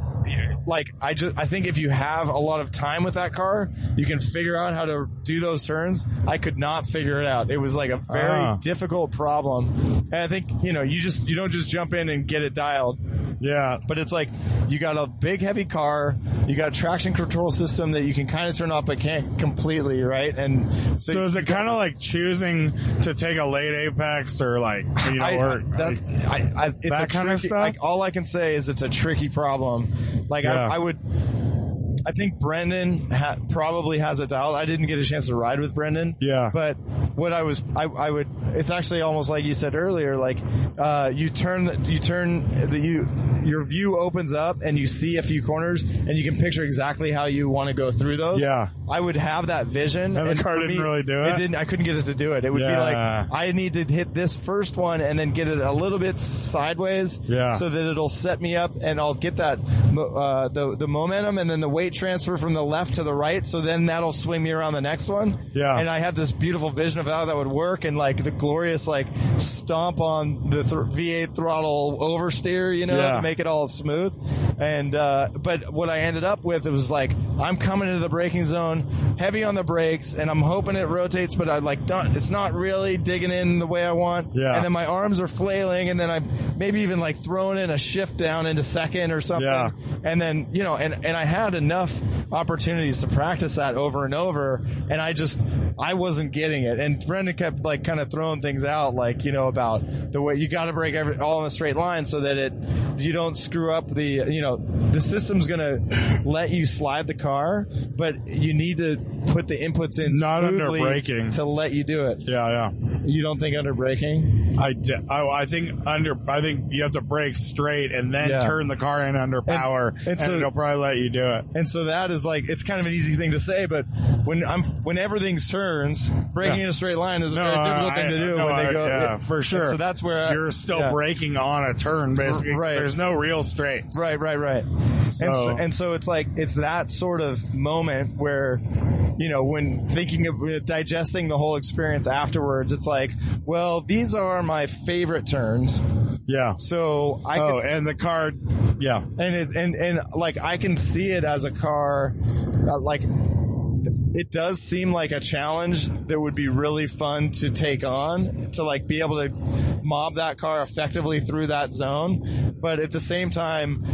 Speaker 2: like i just i think if you have a lot of time with that car you can figure out how to do those turns i could not figure it out it was like a very
Speaker 1: Ah.
Speaker 2: difficult problem and i think you know you just you don't just jump in and get it dialed
Speaker 1: Yeah,
Speaker 2: but it's like you got a big heavy car you got a traction control system that you can kind of turn off but can't completely right and
Speaker 1: So is it kind of like choosing to take a late apex or like you know
Speaker 2: I,
Speaker 1: or
Speaker 2: I- that's I, I, it's
Speaker 1: That
Speaker 2: a
Speaker 1: kinda
Speaker 2: tricky-
Speaker 1: stuff?
Speaker 2: Like all I can say is it's a tricky problem. Like
Speaker 1: Yeah.
Speaker 2: I, I would, I think Brendan ha- probably has it dialed. I didn't get a chance to ride with Brendan.
Speaker 1: Yeah.
Speaker 2: but what I was, I, I would. It's actually almost like you said earlier. Like uh, you turn, you turn the you. Your view opens up and you see a few corners and you can picture exactly how you want to go through those.
Speaker 1: Yeah.
Speaker 2: I would have that vision.
Speaker 1: And the car
Speaker 2: for
Speaker 1: didn't really do it?
Speaker 2: didn't. I couldn't get it to do it. It would be
Speaker 1: Yeah.
Speaker 2: like I need to hit this first one and then get it a little bit sideways,
Speaker 1: Yeah.
Speaker 2: so that it'll set me up and I'll get that mo- uh, the the momentum and then the weight transfer from the left to the right. So then that'll swing me around the next one.
Speaker 1: Yeah.
Speaker 2: and I had this beautiful vision of how that would work and like the glorious like stomp on the thr V8 throttle oversteer, you know,
Speaker 1: Yeah.
Speaker 2: to make it all smooth. And uh, but what I ended up with it was like I'm coming into the braking zone, heavy on the brakes, and I'm hoping it rotates, but I like don't. It's not really digging in the way I want.
Speaker 1: Yeah.
Speaker 2: And then my arms are flailing, and then I'm maybe even like throwing in a shift down into second or something.
Speaker 1: Yeah.
Speaker 2: And then you know, and and I had enough opportunities to practice that over and over, and I just I wasn't getting it. And Brendan kept like kind of throwing things out, like you know about the way you got to break every all in a straight line so that it you don't screw up the you know the system's gonna let you slide the car, but you need to put the inputs in
Speaker 1: Not under
Speaker 2: smoothly
Speaker 1: braking.
Speaker 2: to let you do it.
Speaker 1: yeah, yeah.
Speaker 2: You don't think under braking?
Speaker 1: I, de- I I think under I think you have to brake straight and then
Speaker 2: Yeah.
Speaker 1: turn the car in under power and,
Speaker 2: it's a-
Speaker 1: it'll probably let you do it.
Speaker 2: And so that is like it's kind of an easy thing to say, but when I'm when everything's turns, breaking
Speaker 1: Yeah.
Speaker 2: in a straight line is a
Speaker 1: No,
Speaker 2: very difficult
Speaker 1: I-
Speaker 2: thing to do
Speaker 1: no,
Speaker 2: when
Speaker 1: I-
Speaker 2: they go.
Speaker 1: yeah, for
Speaker 2: And
Speaker 1: sure.
Speaker 2: So that's where I-
Speaker 1: You're still
Speaker 2: yeah.
Speaker 1: braking on a turn basically. 'cause
Speaker 2: Right.
Speaker 1: There's no real straight.
Speaker 2: Right, right, right.
Speaker 1: So-
Speaker 2: And, so, and so it's like it's that sort of moment where you know when thinking of uh, digesting the whole experience afterwards, it's like, well, these are my favorite turns.
Speaker 1: Yeah.
Speaker 2: So I
Speaker 1: oh,
Speaker 2: could-
Speaker 1: and the car. Yeah.
Speaker 2: and it and and like I can see it as a car, uh, like it does seem like a challenge that would be really fun to take on to like be able to mob that car effectively through that zone, but at the same time.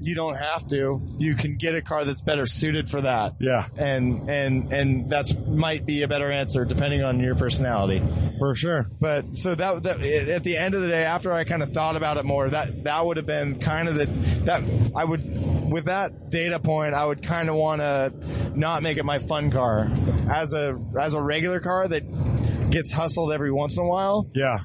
Speaker 2: You don't have to. You can get a car that's better suited for that.
Speaker 1: Yeah.
Speaker 2: and and and that's might be a better answer depending on your personality.
Speaker 1: For sure.
Speaker 2: But so that, that at the end of the day, after I kind of thought about it more, that that would have been kind of the that I would with that data point, I would kind of want to not make it my fun car as a as a regular car that gets hustled every once in a while.
Speaker 1: Yeah.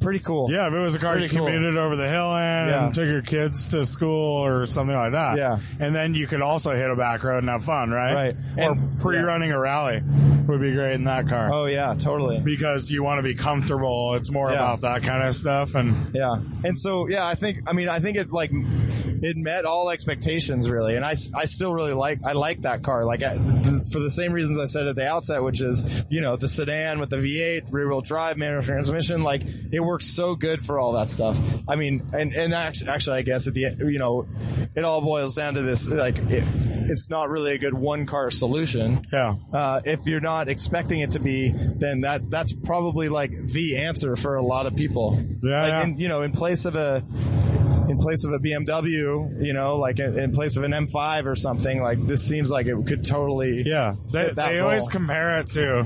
Speaker 2: Pretty cool.
Speaker 1: Yeah, if it was a car
Speaker 2: Pretty
Speaker 1: you
Speaker 2: cool.
Speaker 1: commuted over the hill in
Speaker 2: Yeah.
Speaker 1: and took your kids to school or something like that.
Speaker 2: Yeah.
Speaker 1: And then you could also hit a back road and have fun, right?
Speaker 2: Right.
Speaker 1: Or
Speaker 2: And-
Speaker 1: pre running a rally would be great in that car.
Speaker 2: Oh yeah, totally.
Speaker 1: Because you want to be comfortable. It's more
Speaker 2: Yeah.
Speaker 1: about that kind of stuff. And
Speaker 2: Yeah. And so, yeah, I think, I mean, I think it like, it met all expectations really. And I, s- I still really like, I like that car. Like, I, th- for the same reasons I said at the outset, which is, you know, the sedan with the V8, rear wheel drive, manual transmission, like, it works so good for all that stuff. I mean, and, and actually, actually, I guess at the, end, you know, it all boils down to this, like, it, it's not really a good one car solution
Speaker 1: yeah.
Speaker 2: uh, if you're not expecting it to be, then that that's probably like the answer for a lot of people.
Speaker 1: Yeah,
Speaker 2: like
Speaker 1: yeah.
Speaker 2: In, you know, in place of a in place of a BMW, you know, like in, in place of an M5 or something, like this seems like it could totally.
Speaker 1: Yeah. They,
Speaker 2: fit that
Speaker 1: they always
Speaker 2: role.
Speaker 1: compare it to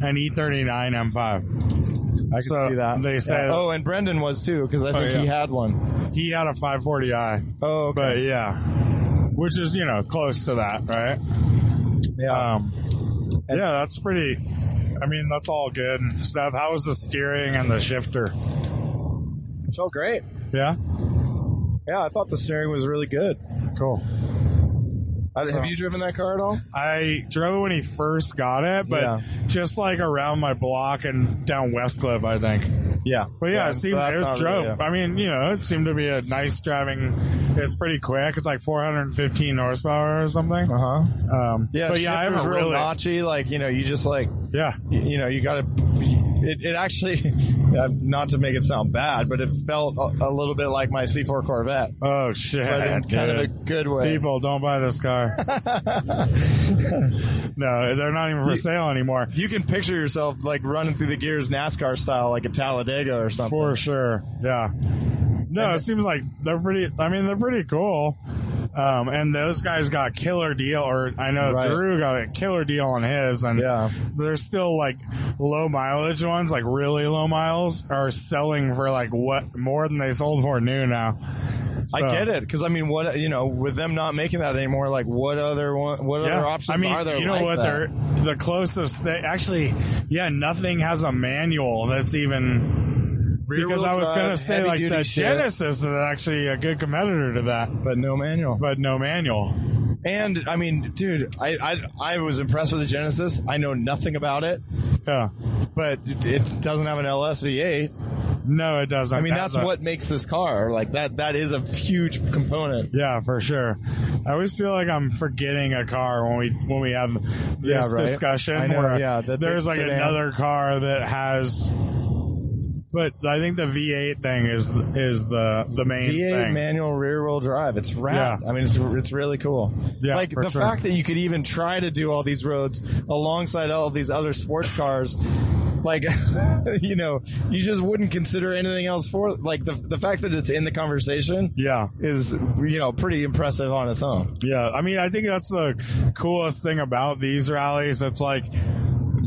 Speaker 1: an E E39 M5.
Speaker 2: I can
Speaker 1: so
Speaker 2: see that.
Speaker 1: they say-
Speaker 2: Yeah. Oh, and Brendan was too because I think
Speaker 1: Oh, yeah.
Speaker 2: he had one.
Speaker 1: He had a 540i.
Speaker 2: Oh, okay.
Speaker 1: But yeah. Which is, you know, close to that, right?
Speaker 2: yeah.
Speaker 1: Um, yeah, that's pretty. I mean, that's all good and stuff. How was the steering and the shifter?
Speaker 2: it felt great.
Speaker 1: Yeah,
Speaker 2: Yeah, I thought the steering was really good.
Speaker 1: cool.
Speaker 2: I,
Speaker 1: So-
Speaker 2: have you driven that car at all?
Speaker 1: I drove it when he first got it, but
Speaker 2: Yeah.
Speaker 1: just like around my block and down Westcliff, I think.
Speaker 2: Yeah.
Speaker 1: But yeah, it
Speaker 2: so
Speaker 1: seemed
Speaker 2: that's
Speaker 1: it
Speaker 2: not
Speaker 1: drove.
Speaker 2: really- yeah.
Speaker 1: I mean, you know, it seemed to be a nice driving. It's pretty quick. It's like 415 horsepower or something.
Speaker 2: Uh huh.
Speaker 1: Um,
Speaker 2: Yeah,
Speaker 1: but yeah, I
Speaker 2: shifter's
Speaker 1: haven't
Speaker 2: real
Speaker 1: really.
Speaker 2: notchy. Like you know, you just like
Speaker 1: Yeah,
Speaker 2: you, you know, you got to. It, it actually, (laughs) uh, not to make it sound bad, but it felt a, a little bit like my C4 Corvette,
Speaker 1: Oh shit!
Speaker 2: but in kind of a
Speaker 1: dude.
Speaker 2: good way.
Speaker 1: People, don't buy
Speaker 2: (laughs)
Speaker 1: this car. (laughs) no, they're not even for sale anymore.
Speaker 2: You can picture yourself like running through the gears NASCAR style, like a Talladega or something.
Speaker 1: For sure. Yeah. No, it seems like they're pretty. I mean, they're pretty cool. Um, and those guys got killer deal, or I know
Speaker 2: Right.
Speaker 1: Drew got a killer deal on his, and
Speaker 2: Yeah.
Speaker 1: they're still like low mileage ones, like really low miles, are selling for like what more than they sold for new now. So-
Speaker 2: I get it because I mean, what you know, with them not making that anymore, like what other one, what
Speaker 1: Yeah.
Speaker 2: other options
Speaker 1: I mean,
Speaker 2: are there?
Speaker 1: You know
Speaker 2: like
Speaker 1: what?
Speaker 2: that?
Speaker 1: They're the closest. They actually, yeah, nothing has a manual that's even. because
Speaker 2: wheel
Speaker 1: I was
Speaker 2: drive,
Speaker 1: gonna say like
Speaker 2: heavy-duty
Speaker 1: the
Speaker 2: shit.
Speaker 1: Genesis is actually a good competitor to that,
Speaker 2: but no manual.
Speaker 1: but no manual.
Speaker 2: And I mean, dude, I, I I was impressed with the Genesis. I know nothing about it,
Speaker 1: Yeah,
Speaker 2: but it, it doesn't have an LSV8.
Speaker 1: no, it doesn't.
Speaker 2: I mean, that's,
Speaker 1: a-
Speaker 2: what makes this car like that. That is a huge component.
Speaker 1: Yeah, for sure. I always feel like I'm forgetting a car when we when we have this
Speaker 2: Yeah, right. I
Speaker 1: discussion.
Speaker 2: know,
Speaker 1: where
Speaker 2: yeah, the
Speaker 1: there's
Speaker 2: big
Speaker 1: like
Speaker 2: sedan.
Speaker 1: another car that has. But I think the V8 thing is is the the main
Speaker 2: V8
Speaker 1: thing.
Speaker 2: manual rear wheel drive. It's rad.
Speaker 1: Yeah.
Speaker 2: I mean, it's it's really cool.
Speaker 1: Yeah,
Speaker 2: like
Speaker 1: for
Speaker 2: the
Speaker 1: sure.
Speaker 2: fact that you could even try to do all these roads alongside all these other sports cars. Like, (laughs) you know, you just wouldn't consider anything else for like the the fact that it's in the conversation
Speaker 1: Yeah,
Speaker 2: is you know pretty impressive on its own.
Speaker 1: yeah. I mean, I think that's the coolest thing about these rallies. It's like,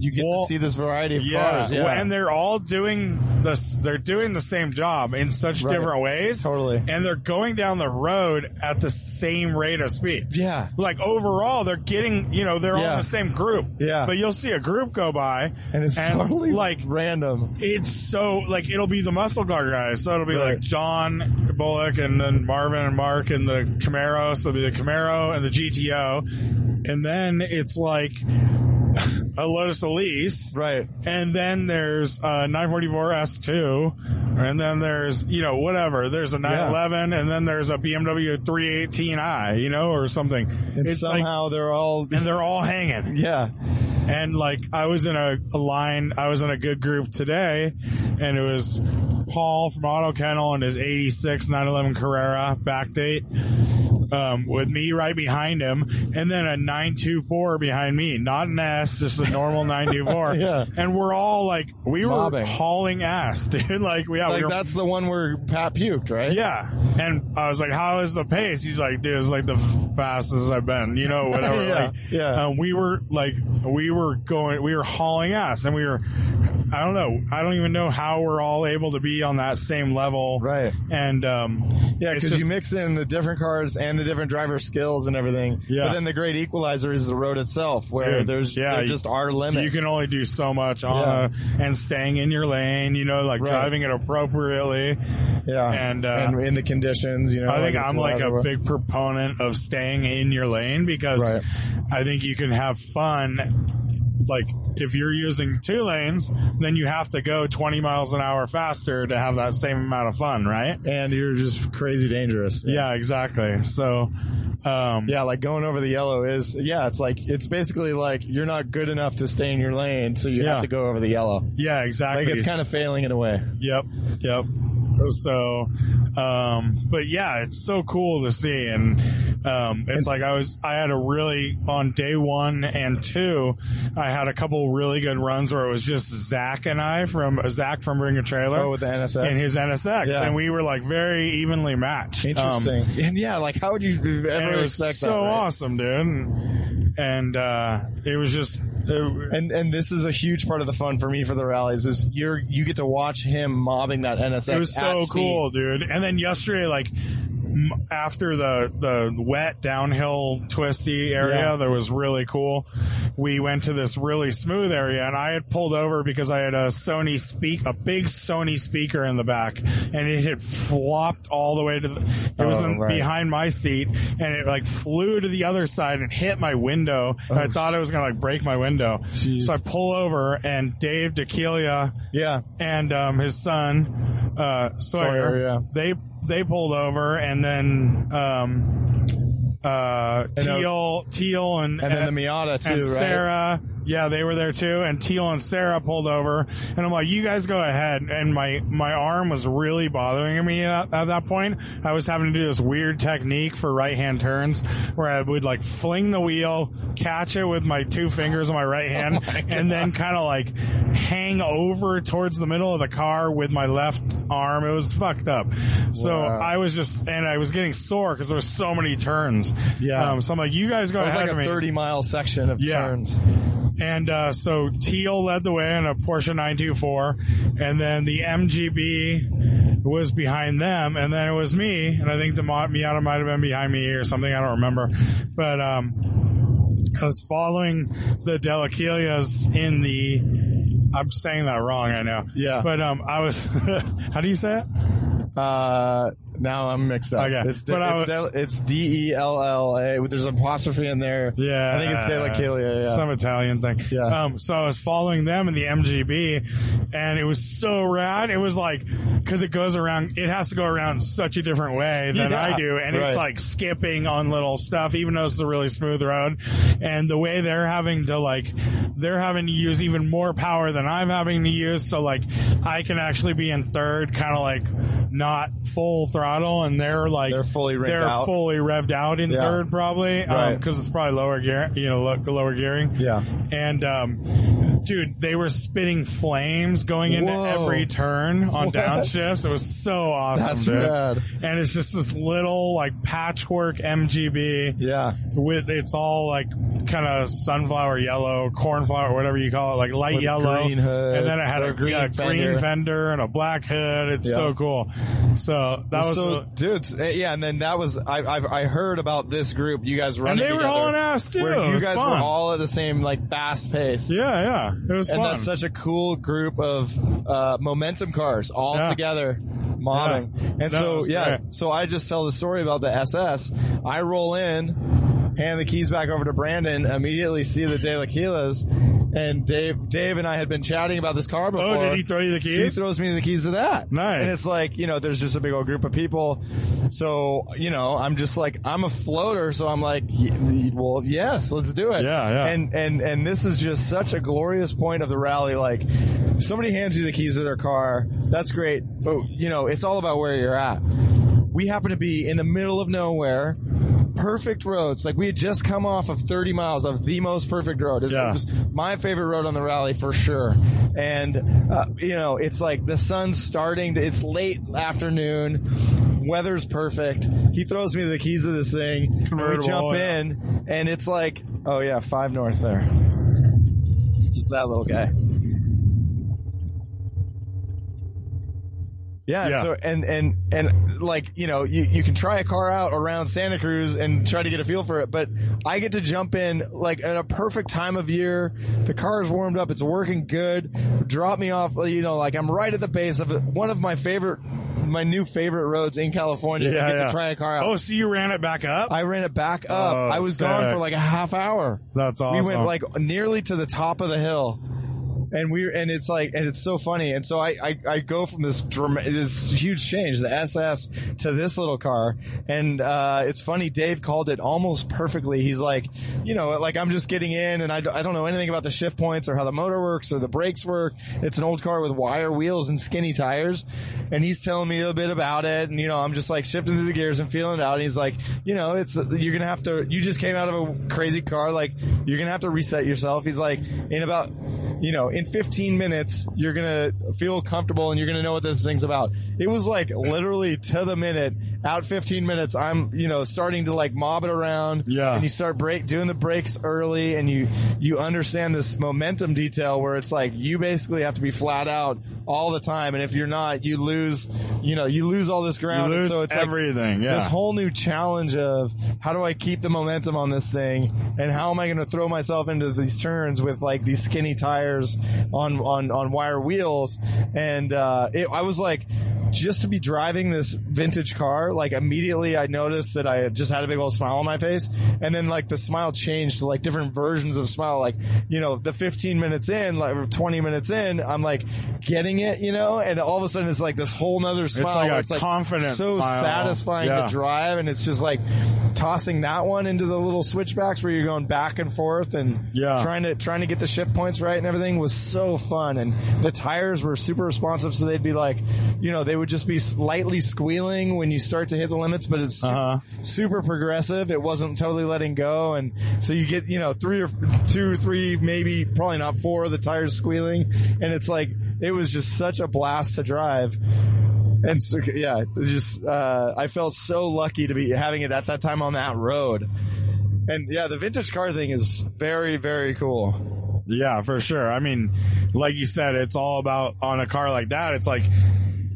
Speaker 2: You get
Speaker 1: Well,
Speaker 2: to see this variety of
Speaker 1: yeah,
Speaker 2: cars. Yeah,
Speaker 1: and they're all doing this. They're doing the same job in such
Speaker 2: Right.
Speaker 1: different ways,
Speaker 2: Totally.
Speaker 1: And they're going down the road at the same rate of speed.
Speaker 2: yeah,
Speaker 1: Like overall, they're getting you know they're all
Speaker 2: Yeah.
Speaker 1: in the same group.
Speaker 2: Yeah.
Speaker 1: but you'll see a group go by,
Speaker 2: and it's totally
Speaker 1: like
Speaker 2: random.
Speaker 1: it's so like it'll be the muscle car guys. So it'll be
Speaker 2: Right.
Speaker 1: like John Bullock and then Marvin and Mark and the Camaro. So it'll be the Camaro and the GTO, and then it's like (laughs) a Lotus Elise,
Speaker 2: Right.
Speaker 1: and then there's uh, a 944 S2, and then there's you know whatever. There's a 911, and then there's a BMW 318i, you know, or something.
Speaker 2: And
Speaker 1: it's like.
Speaker 2: somehow they're all
Speaker 1: And they're all hanging.
Speaker 2: yeah.
Speaker 1: And like I was in a, a line, I was in a good group today, and it was Paul from Auto Kennel and his '86 911 Carrera backdate. Um, with me right behind him, and then a 924 behind me, not an S, just a normal 924.
Speaker 2: (laughs) Yeah.
Speaker 1: And we're all like, we were
Speaker 2: Mobbing.
Speaker 1: hauling ass, (laughs) dude. Like, yeah, we
Speaker 2: Like
Speaker 1: were
Speaker 2: that's the one where Pat puked, right?
Speaker 1: Oh, yeah. And I was like, how is the pace? He's like, dude, it's like the fastest I've been, you know,
Speaker 2: (laughs)
Speaker 1: whatever.
Speaker 2: Yeah,
Speaker 1: like,
Speaker 2: yeah.
Speaker 1: Um, we were like, we were going, we were hauling ass and we were I don't know. I don't even know how we're all able to be on that same level.
Speaker 2: Right.
Speaker 1: And um,
Speaker 2: Yeah,
Speaker 1: it's
Speaker 2: because you
Speaker 1: just-
Speaker 2: mix in the different cars and the different driver skills and everything.
Speaker 1: Yeah.
Speaker 2: But then the great equalizer is the road itself, where
Speaker 1: Dude,
Speaker 2: there's
Speaker 1: yeah,
Speaker 2: there
Speaker 1: you-
Speaker 2: just are limits.
Speaker 1: You can only do so much on
Speaker 2: Yeah.
Speaker 1: a, and staying in your lane, you know, like
Speaker 2: Right.
Speaker 1: driving it appropriately.
Speaker 2: yeah,
Speaker 1: and, uh,
Speaker 2: and in the conditions, you know.
Speaker 1: I think
Speaker 2: it's
Speaker 1: I'm like a
Speaker 2: whatever.
Speaker 1: big proponent of staying in your lane because
Speaker 2: Right.
Speaker 1: I think you can have fun. Like if you're using two lanes, then you have to go 20 miles an hour faster to have that same amount of fun, right?
Speaker 2: and you're just crazy dangerous.
Speaker 1: Yeah, exactly. So, um,
Speaker 2: Yeah, like going over the yellow is yeah, it's like it's basically like you're not good enough to stay in your lane, so you
Speaker 1: Yeah.
Speaker 2: have to go over the yellow.
Speaker 1: yeah, exactly.
Speaker 2: Like it's kind of failing in a way.
Speaker 1: Yep. Yep. So, um, but yeah, it's so cool to see. And, um, it's like I was, I had a really, on day one and two, I had a couple really good runs where it was just Zach and I from, uh, Zach from Bring a Trailer
Speaker 2: Oh, with the NSX.
Speaker 1: and his NSX.
Speaker 2: Yeah.
Speaker 1: And we were like very evenly matched. Um,
Speaker 2: Interesting. and yeah, like how would you ever
Speaker 1: and it was so
Speaker 2: expect that? right?
Speaker 1: awesome, dude. And, and, uh, it was just, it,
Speaker 2: And and this is a huge part of the fun for me for the rallies is you're you get to watch him mobbing that NSX.
Speaker 1: It was
Speaker 2: at
Speaker 1: so
Speaker 2: speed.
Speaker 1: cool, dude. And then yesterday, like m- after the the wet downhill twisty area
Speaker 2: Yeah.
Speaker 1: that was really cool, we went to this really smooth area, and I had pulled over because I had a Sony speak a big Sony speaker in the back, and it had flopped all the way to the. It was
Speaker 2: Oh,
Speaker 1: in,
Speaker 2: right.
Speaker 1: behind my seat, and it like flew to the other side and hit my window. and I thought it was gonna like break my window,
Speaker 2: Oh, Jeez.
Speaker 1: so I pull over, and Dave DeKelia
Speaker 2: Yeah.
Speaker 1: and um, his son uh, Sawyer,
Speaker 2: Sawyer, yeah.
Speaker 1: they they pulled over, and then um, uh, Teal, Teal, and
Speaker 2: And then the Miata too,
Speaker 1: and
Speaker 2: right?
Speaker 1: Sarah. Yeah, they were there too, and Teal and Sarah pulled over, and I'm like, "You guys go ahead." And my my arm was really bothering me at, at that point. I was having to do this weird technique for right hand turns, where I would like fling the wheel, catch it with my two fingers on
Speaker 2: (laughs)
Speaker 1: my
Speaker 2: Oh
Speaker 1: right hand, and then kind of like hang over towards the middle of the car with my left arm. It was fucked up. So
Speaker 2: Wow.
Speaker 1: I was just, and I was getting sore because there were so many turns.
Speaker 2: Yeah.
Speaker 1: Um, so I'm like, "You guys go
Speaker 2: It was
Speaker 1: ahead
Speaker 2: like
Speaker 1: of
Speaker 2: a
Speaker 1: me."
Speaker 2: 30 mile section of
Speaker 1: Yeah.
Speaker 2: turns.
Speaker 1: And uh, so Teal led the way in a Porsche 924, and then the MGB was behind them, and then it was me, and I think the Mo- Miata might have been behind me or something. I don't remember, but um, I was following the Delacilias in the. I'm saying that wrong, I know.
Speaker 2: Yeah.
Speaker 1: But um, I was. (laughs) how do you say it?
Speaker 2: Uh, now I'm mixed up.
Speaker 1: Okay.
Speaker 2: It's, de-
Speaker 1: But I
Speaker 2: it's, de- it's D E L L A. There's an apostrophe in there.
Speaker 1: Yeah,
Speaker 2: I think it's De La Calia. Yeah.
Speaker 1: some Italian thing.
Speaker 2: Yeah.
Speaker 1: Um, so I was following them in the MGB, and it was so rad. It was like because it goes around, it has to go around such a different way than
Speaker 2: Yeah,
Speaker 1: I do, and it's
Speaker 2: right.
Speaker 1: like skipping on little stuff, even though it's a really smooth road. And the way they're having to like, they're having to use even more power than I'm having to use, so like I can actually be in third, kind of like not full throttle, and they're like
Speaker 2: They're fully rigged
Speaker 1: they're
Speaker 2: out.
Speaker 1: fully revved out in
Speaker 2: Yeah.
Speaker 1: third probably, because
Speaker 2: Right.
Speaker 1: it's probably lower gear, you know, lo- lower gearing.
Speaker 2: Yeah.
Speaker 1: And, um, dude, they were spitting flames going into
Speaker 2: Whoa.
Speaker 1: every turn on downshifts. It was so awesome,
Speaker 2: That's
Speaker 1: dude.
Speaker 2: rad.
Speaker 1: And it's just this little like patchwork MGB.
Speaker 2: Yeah.
Speaker 1: With it's all like kind of sunflower yellow, cornflower, whatever you call it, like light
Speaker 2: With a
Speaker 1: yellow,
Speaker 2: green hood
Speaker 1: and then it had
Speaker 2: or
Speaker 1: a,
Speaker 2: a green
Speaker 1: yeah, green
Speaker 2: fender.
Speaker 1: fender and a black hood. It's
Speaker 2: Yeah.
Speaker 1: so cool. So that was
Speaker 2: so,
Speaker 1: really-
Speaker 2: dudes, eh, yeah, and then that was I I've, I heard about this group. You guys running,
Speaker 1: they were
Speaker 2: together,
Speaker 1: hauling ass, too.
Speaker 2: Where
Speaker 1: It
Speaker 2: you
Speaker 1: was
Speaker 2: guys were
Speaker 1: fun.
Speaker 2: all at the same like fast pace.
Speaker 1: yeah, yeah, it was
Speaker 2: And
Speaker 1: fun.
Speaker 2: that's such a cool group of uh, momentum cars all
Speaker 1: Yeah.
Speaker 2: together mobbing.
Speaker 1: Yeah.
Speaker 2: And
Speaker 1: That
Speaker 2: so,
Speaker 1: was
Speaker 2: yeah.
Speaker 1: great.
Speaker 2: So I just tell the story about the SS. I roll in, hand the keys back over to Brandon, immediately see the De La Quilas. And Dave, Dave and I had been chatting about this car before.
Speaker 1: Oh, did he throw you the
Speaker 2: She
Speaker 1: keys?
Speaker 2: throws me the keys to that.
Speaker 1: Nice.
Speaker 2: And it's like, you know, there's just a big old group of people. So, you know, I'm just like, I'm a floater. So I'm like, y- y- well, yes, let's do it.
Speaker 1: Yeah, yeah.
Speaker 2: And and and this is just such a glorious point of the rally. Like somebody hands you the keys of their car, that's great, but you know it's all about where you're at. We happen to be in the middle of nowhere, perfect roads. Like we had just come off of 30 miles of the most perfect road. It
Speaker 1: Yeah.
Speaker 2: was my favorite road on the rally for sure. And uh, you know it's like the sun's starting. To, it's late afternoon. Weather's perfect. He throws me the keys of this thing. and We
Speaker 1: Convertible,
Speaker 2: jump
Speaker 1: yeah.
Speaker 2: in in, and it's like, oh yeah, five north there. Just that little guy. Yeah. and
Speaker 1: Yeah.
Speaker 2: So and and and like you know you, you can try a car out around Santa Cruz and try to get a feel for it, but I get to jump in like at a perfect time of year. The car is warmed up, it's working good. Drop me off, you know, like I'm right at the base of one of my favorite, my new favorite roads in California. I get to try a car out.
Speaker 1: Oh, so you ran it back up?
Speaker 2: I ran it back up.
Speaker 1: Oh,
Speaker 2: I was gone
Speaker 1: sick.
Speaker 2: for like a half hour.
Speaker 1: That's awesome.
Speaker 2: We went like nearly to the top of the hill. And we and it's like and it's so funny and so I I, I go from this drama, this huge change the SS to this little car and uh, it's funny Dave called it almost perfectly he's like you know like I'm just getting in and I, d- I don't know anything about the shift points or how the motor works or the brakes work it's an old car with wire wheels and skinny tires and he's telling me a bit about it and you know I'm just like shifting through the gears and feeling it out and he's like you know it's you're gonna have to you just came out of a crazy car like you're gonna have to reset yourself he's like in about you know in 15 minutes you're gonna feel comfortable and you're gonna know what this thing's about it was like literally to the minute out 15 minutes i'm you know starting to like mob it around
Speaker 1: Yeah.
Speaker 2: and you start break doing the brakes early and you you understand this momentum detail where it's like you basically have to be flat out all the time and if you're not you lose you know you lose all this
Speaker 1: you
Speaker 2: ground And
Speaker 1: lose
Speaker 2: so it's like
Speaker 1: everything. yeah.
Speaker 2: this whole new challenge of how do I keep the momentum on this thing, and how am I going to throw myself into these turns with like these skinny tires on on on wire wheels? And uh, it, I was like, just to be driving this vintage car, like immediately I noticed that I had just had a big old smile on my face, and then like the smile changed to like different versions of smile. Like you know, the 15 minutes in, like or 20 minutes in, I'm like getting it, you know, and all of a sudden it's like this whole nother smile.
Speaker 1: like
Speaker 2: where
Speaker 1: a
Speaker 2: it's like
Speaker 1: confident
Speaker 2: so
Speaker 1: smile.
Speaker 2: satisfying
Speaker 1: Yeah.
Speaker 2: to drive drive and it's just like tossing that one into the little switchbacks where you're going back and forth and
Speaker 1: Yeah.
Speaker 2: trying to trying to get the shift points right and everything was so fun and the tires were super responsive so they'd be like you know they would just be slightly squealing when you start to hit the limits but it's su-
Speaker 1: Uh-huh.
Speaker 2: super progressive it wasn't totally letting go and so you get you know three or two or three maybe probably not four of the tires squealing and it's like it was just such a blast to drive and so, yeah, it was just uh, I felt so lucky to be having it at that time on that road. And yeah, the vintage car thing is very, very cool.
Speaker 1: Yeah, for sure. I mean, like you said, it's all about on a car like that. It's like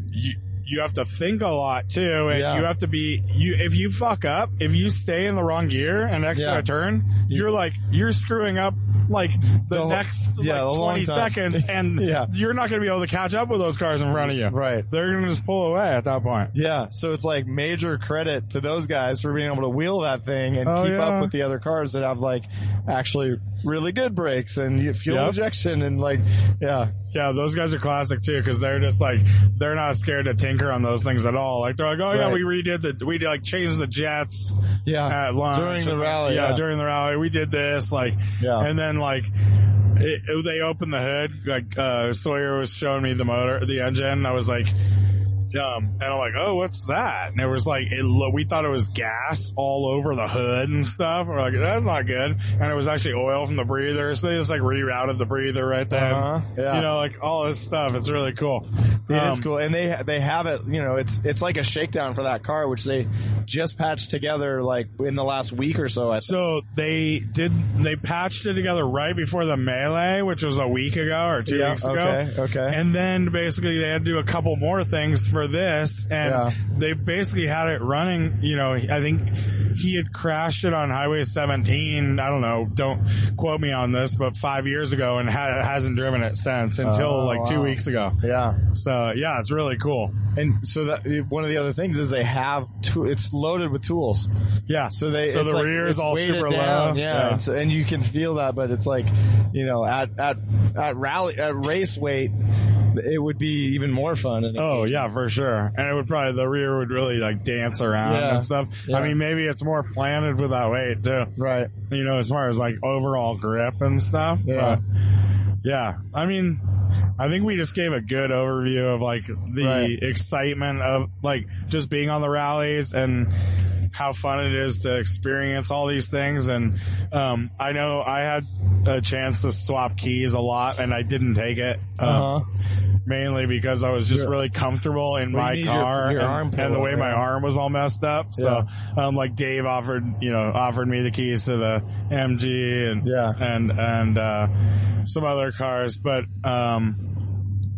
Speaker 1: you you have to think a lot too, and
Speaker 2: Yeah.
Speaker 1: you have to be you. If you fuck up, if you stay in the wrong gear and exit
Speaker 2: Yeah.
Speaker 1: a turn, you're like you're screwing up like the,
Speaker 2: The whole-
Speaker 1: next
Speaker 2: yeah, a
Speaker 1: like
Speaker 2: long
Speaker 1: twenty
Speaker 2: time.
Speaker 1: seconds,
Speaker 2: (laughs)
Speaker 1: and
Speaker 2: Yeah.
Speaker 1: you're not going to be able to catch up with those cars in front of you.
Speaker 2: Right.
Speaker 1: They're going to just pull away at that point.
Speaker 2: Yeah, so it's like major credit to those guys for being able to wheel that thing and
Speaker 1: Oh,
Speaker 2: keep
Speaker 1: yeah.
Speaker 2: up with the other cars that have like actually really good brakes and fuel
Speaker 1: Yep.
Speaker 2: injection and like yeah,
Speaker 1: Yeah, those guys are classic too because they're just like they're not scared to tinker on those things at all. Like they're like, oh yeah,
Speaker 2: Right.
Speaker 1: we redid the we like changed the jets.
Speaker 2: yeah,
Speaker 1: at lunch
Speaker 2: during the rally.
Speaker 1: Yeah,
Speaker 2: Yeah,
Speaker 1: during the rally, we did this like,
Speaker 2: Yeah.
Speaker 1: and then like. It, it- they opened the hood. Like uh, Sawyer was showing me the motor, the engine. and I was like, um, and I'm like, oh, what's that? And it was like, it, lo- we thought it was gas all over the hood and stuff. We're like, that's not good. And it was actually oil from the breather. So they just like rerouted the breather right then.
Speaker 2: Uh-huh, yeah.
Speaker 1: You know, like all this stuff. It's really cool.
Speaker 2: It is
Speaker 1: Um,
Speaker 2: cool, and they they have it. You know, it's it's like a shakedown for that car, which they just patched together like in the last week or so. I think.
Speaker 1: So they did. They patched it together right before the melee, which was a week ago or two
Speaker 2: Yeah,
Speaker 1: weeks ago.
Speaker 2: okay, okay.
Speaker 1: And then basically they had to do a couple more things for this, and
Speaker 2: Yeah.
Speaker 1: they basically had it running. You know, I think he had crashed it on Highway 17. I don't know. Don't quote me on this, but five years ago, and ha- hasn't driven it since until
Speaker 2: Oh,
Speaker 1: like two
Speaker 2: wow.
Speaker 1: weeks ago.
Speaker 2: Yeah,
Speaker 1: So yeah, it's really cool.
Speaker 2: and so that one of the other things is they have two. It's loaded with tools,
Speaker 1: Yeah.
Speaker 2: so they
Speaker 1: so
Speaker 2: it's
Speaker 1: the
Speaker 2: like-
Speaker 1: rear
Speaker 2: it's
Speaker 1: is all
Speaker 2: weighted
Speaker 1: super
Speaker 2: down,
Speaker 1: low.
Speaker 2: yeah, And, so, and you can feel that. But it's like you know, at at at rally at race weight, it would be even more fun. And
Speaker 1: Oh yeah, for sure. And it would probably the rear would really like dance around
Speaker 2: Yeah.
Speaker 1: and stuff.
Speaker 2: Yeah.
Speaker 1: I mean, maybe it's more planted with that weight too.
Speaker 2: right,
Speaker 1: You know, as far as like overall grip and stuff.
Speaker 2: Yeah.
Speaker 1: But, yeah. I mean, I think we just gave a good overview of like the
Speaker 2: Right.
Speaker 1: excitement of like just being on the rallies and how fun it is to experience all these things. And um, I know I had a chance to swap keys a lot, and I didn't take it. Um,
Speaker 2: uh-huh.
Speaker 1: mainly because I was just really comfortable in
Speaker 2: Well,
Speaker 1: my
Speaker 2: you need your-
Speaker 1: car
Speaker 2: your
Speaker 1: and,
Speaker 2: arm
Speaker 1: and
Speaker 2: pillow,
Speaker 1: the way my
Speaker 2: yeah.
Speaker 1: arm was all messed up. So, um, like Dave offered, you know, offered me the keys to the MG and
Speaker 2: Yeah.
Speaker 1: and and uh, some other cars, but um,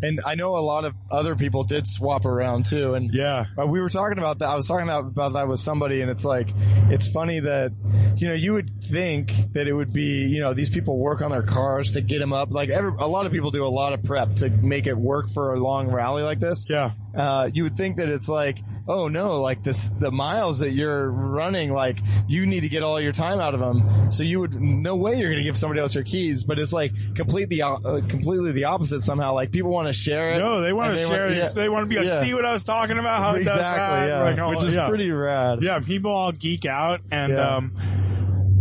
Speaker 2: And I know a lot of other people did swap around too. And
Speaker 1: Yeah.
Speaker 2: but we were talking about that. I was talking about, about that with somebody, and it's like, it's funny that, you know, you would think that it would be, you know, these people work on their cars to get them up. Like, every, a lot of people do a lot of prep to make it work for a long rally like this.
Speaker 1: Yeah.
Speaker 2: Uh, you would think that it's like, oh no, like this, the miles that you're running, like you need to get all your time out of them. So you would, no way you're going to give somebody else your keys, but it's like completely, o- uh, completely the opposite somehow. Like people want to share it.
Speaker 1: No, they want
Speaker 2: and
Speaker 1: to share.
Speaker 2: yeah.
Speaker 1: these They want to be like,
Speaker 2: Yeah.
Speaker 1: see what I was talking about? How it does that?
Speaker 2: Exactly, oh, yeah.
Speaker 1: Like, all-
Speaker 2: which is
Speaker 1: yeah.
Speaker 2: pretty rad.
Speaker 1: Yeah, people all geek out, and
Speaker 2: Yeah.
Speaker 1: um,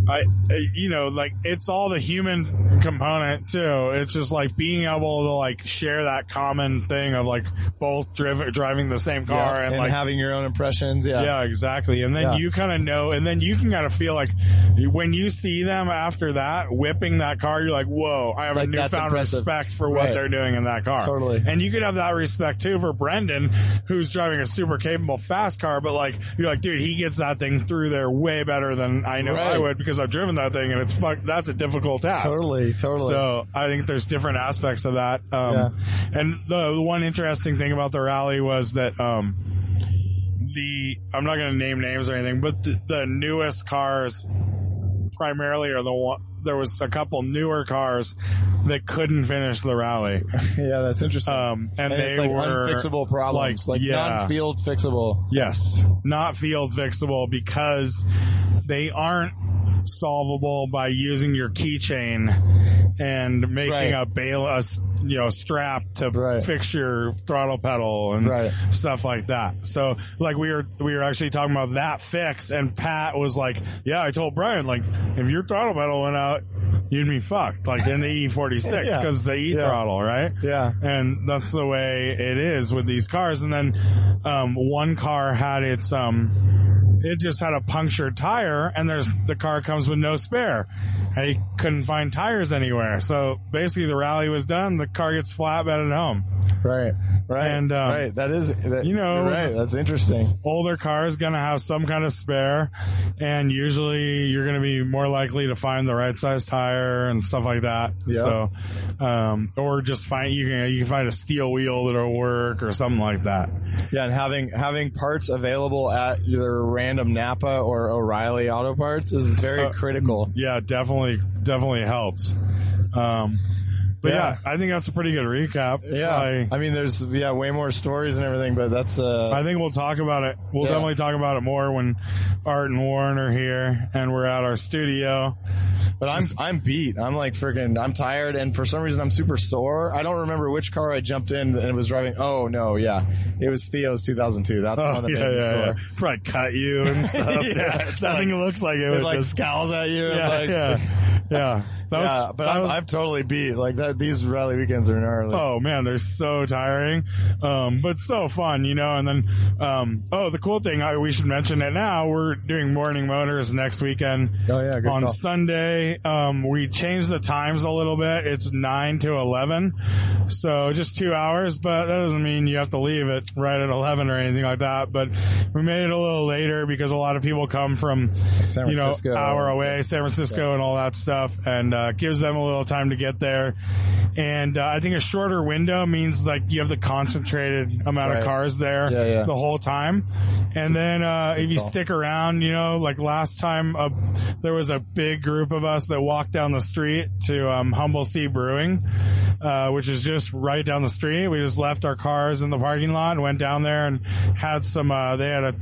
Speaker 1: I, I- you know, like it's all the human component too. It's just like being able to like share that common thing of like both driv- driving the same
Speaker 2: Yeah,
Speaker 1: car and,
Speaker 2: and
Speaker 1: like.
Speaker 2: having your own impressions. Yeah,
Speaker 1: yeah, exactly. And then
Speaker 2: Yeah.
Speaker 1: you kind of know, and then you can kind of feel like when you see them after that whipping that car, you're like, "Whoa, I have
Speaker 2: Like,
Speaker 1: a
Speaker 2: that's
Speaker 1: newfound
Speaker 2: impressive.
Speaker 1: respect for what
Speaker 2: Right.
Speaker 1: they're doing in that car."
Speaker 2: Totally.
Speaker 1: And you could have that respect too for Brendan, who's driving a super capable fast car, but like you're like, "Dude, he gets that thing through there way better than I know I
Speaker 2: Right.
Speaker 1: would because I've driven that thing, and it's fuck. That's a difficult task."
Speaker 2: totally, totally.
Speaker 1: So I think there's different aspects of that. Um,
Speaker 2: Yeah.
Speaker 1: And the, the one interesting thing about the rally was that um, the I'm not going to name names or anything, but the, the newest cars primarily are the one. There was a couple newer cars that couldn't finish the rally,
Speaker 2: (laughs) (laughs) yeah, that's interesting.
Speaker 1: um, and,
Speaker 2: and
Speaker 1: they
Speaker 2: it's like
Speaker 1: were
Speaker 2: unfixable problems,
Speaker 1: like,
Speaker 2: like,
Speaker 1: yeah.
Speaker 2: non-field fixable.
Speaker 1: Yes, not field fixable because they aren't solvable by using your keychain and making
Speaker 2: Right.
Speaker 1: a bail a s- you know strap to
Speaker 2: Right.
Speaker 1: fix your throttle pedal and
Speaker 2: Right.
Speaker 1: stuff like that. So like we were we were actually talking about that fix and Pat was like, "Yeah, I told Brian like if your throttle pedal went out, you'd be fucked like in the
Speaker 2: (laughs)
Speaker 1: E46
Speaker 2: Yeah.
Speaker 1: because it's the E
Speaker 2: Yeah.
Speaker 1: throttle, right?"
Speaker 2: Yeah.
Speaker 1: and that's the way it is with these cars. And then um, one car had its um, it just had a punctured tire, and there's the car comes with no spare, and he couldn't find tires anywhere. So basically, the rally was done. The car gets flatbedded home.
Speaker 2: Right, right,
Speaker 1: And, um,
Speaker 2: right. That is, that,
Speaker 1: you know-
Speaker 2: you're right. That's interesting.
Speaker 1: Older car is going to have some kind of spare, and usually you're going to be more likely to find the right size tire and stuff like that.
Speaker 2: Yeah.
Speaker 1: So, um, or just find you can you can find a steel wheel that'll work or something like that.
Speaker 2: Yeah, and having having parts available at either random Napa or O'Reilly Auto Parts is very
Speaker 1: Uh,
Speaker 2: critical.
Speaker 1: yeah, definitely, definitely helps. Um, but yeah. I think that's a pretty good recap.
Speaker 2: Yeah,
Speaker 1: I,
Speaker 2: I mean, there's yeah, way more stories and everything, but that's uh,
Speaker 1: I think we'll talk about it. We'll
Speaker 2: Yeah.
Speaker 1: definitely talk about it more when Art and Warren are here and we're at our studio.
Speaker 2: But I'm I'm beat. I'm like freaking. I'm tired, and for some reason I'm super sore. I don't remember which car I jumped in and it was driving. Oh no, yeah, it was Theo's 2002. That's the one
Speaker 1: Oh
Speaker 2: that
Speaker 1: yeah,
Speaker 2: made me
Speaker 1: yeah, yeah.
Speaker 2: sore.
Speaker 1: Probably cut you
Speaker 2: (laughs)
Speaker 1: and stuff.
Speaker 2: Yeah,
Speaker 1: yeah,
Speaker 2: it's
Speaker 1: that thing looks like it
Speaker 2: It
Speaker 1: was
Speaker 2: like
Speaker 1: just,
Speaker 2: scowls at you. and,
Speaker 1: yeah,
Speaker 2: like,
Speaker 1: yeah,
Speaker 2: (laughs)
Speaker 1: yeah. That was,
Speaker 2: yeah, but
Speaker 1: that
Speaker 2: I'm,
Speaker 1: was
Speaker 2: I'm totally beat. Like that, these rally weekends are gnarly.
Speaker 1: Oh man, they're so tiring, um, but so fun, you know. And then, um, oh, the cool thing I, we should mention it now. We're doing morning motors next weekend.
Speaker 2: Oh, yeah, good
Speaker 1: on
Speaker 2: call.
Speaker 1: Sunday. Um, we changed the times a little bit. It's nine to eleven, so just two hours. But that doesn't mean you have to leave it right at eleven or anything like that. But we made it a little later because a lot of people come from
Speaker 2: San
Speaker 1: you know,
Speaker 2: Francisco.
Speaker 1: hour away, San Francisco, and all that stuff, and uh, gives them a little time to get there. And uh, I think a shorter window means like you have the concentrated amount of
Speaker 2: Right.
Speaker 1: cars there
Speaker 2: Yeah, yeah.
Speaker 1: the whole time. And then uh, if you stick around, you know, like last time, uh, there was a big group of us that walked down the street to um, Humble Sea Brewing, uh, which is just right down the street. We just left our cars in the parking lot and went down there and had some. Uh, they had a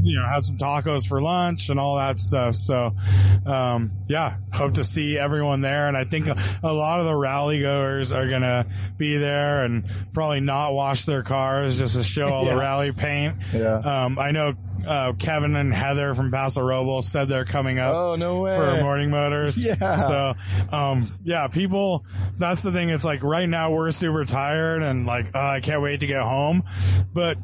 Speaker 1: you know, had some tacos for lunch and all that stuff. So, um, yeah, hope to see everyone there. And I think a, a lot of the rally goers are going to be there and probably not wash their cars just to
Speaker 2: (laughs)
Speaker 1: show all the rally paint.
Speaker 2: Yeah.
Speaker 1: Um, I know, uh, Kevin and Heather from Paso Robles said they're coming up
Speaker 2: Oh, no way.
Speaker 1: for morning motors.
Speaker 2: (laughs) Yeah.
Speaker 1: So, um, yeah, people, that's the thing. It's like right now we're super tired and like, uh, I can't wait to get home. But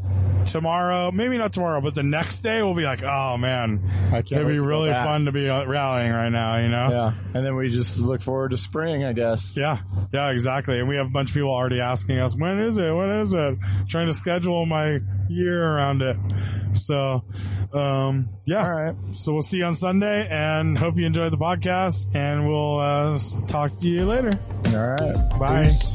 Speaker 1: tomorrow, maybe not tomorrow, but the next day we'll be like, oh man,
Speaker 2: I can't
Speaker 1: it'd
Speaker 2: wait
Speaker 1: be
Speaker 2: to go
Speaker 1: really
Speaker 2: back.
Speaker 1: fun to be uh, rallying right now, you know?
Speaker 2: Yeah, and then we just look forward to spring, I guess.
Speaker 1: Yeah, yeah, exactly. And we have a bunch of people already asking us, when is it? When is it? Trying to schedule my year around it. So, um, yeah.
Speaker 2: All right.
Speaker 1: So we'll see you on Sunday and hope you enjoyed the podcast and we'll uh, s- talk to you later.
Speaker 2: All right.
Speaker 1: Bye.
Speaker 2: Peace.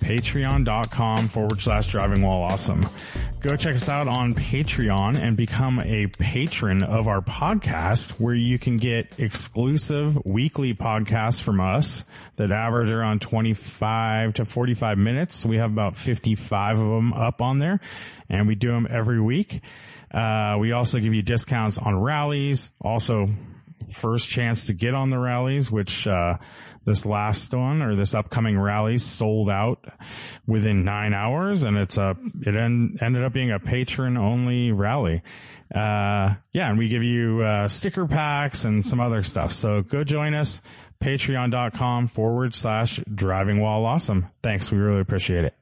Speaker 1: patreon.com forward slash driving while awesome. Go check us out on Patreon and become a patron of our podcast where you can get exclusive weekly podcasts from us that average around 25 to 45 minutes. We have about 55 of them up on there and we do them every week. Uh, we also give you discounts on rallies, also first chance to get on the rallies, which uh, this last one or this upcoming rally sold out within nine hours, and it's a it en- ended up being a patron only rally. Uh, yeah, and we give you uh, sticker packs and some other stuff. So go join us, patreon.com forward slash driving while awesome. Thanks, we really appreciate it.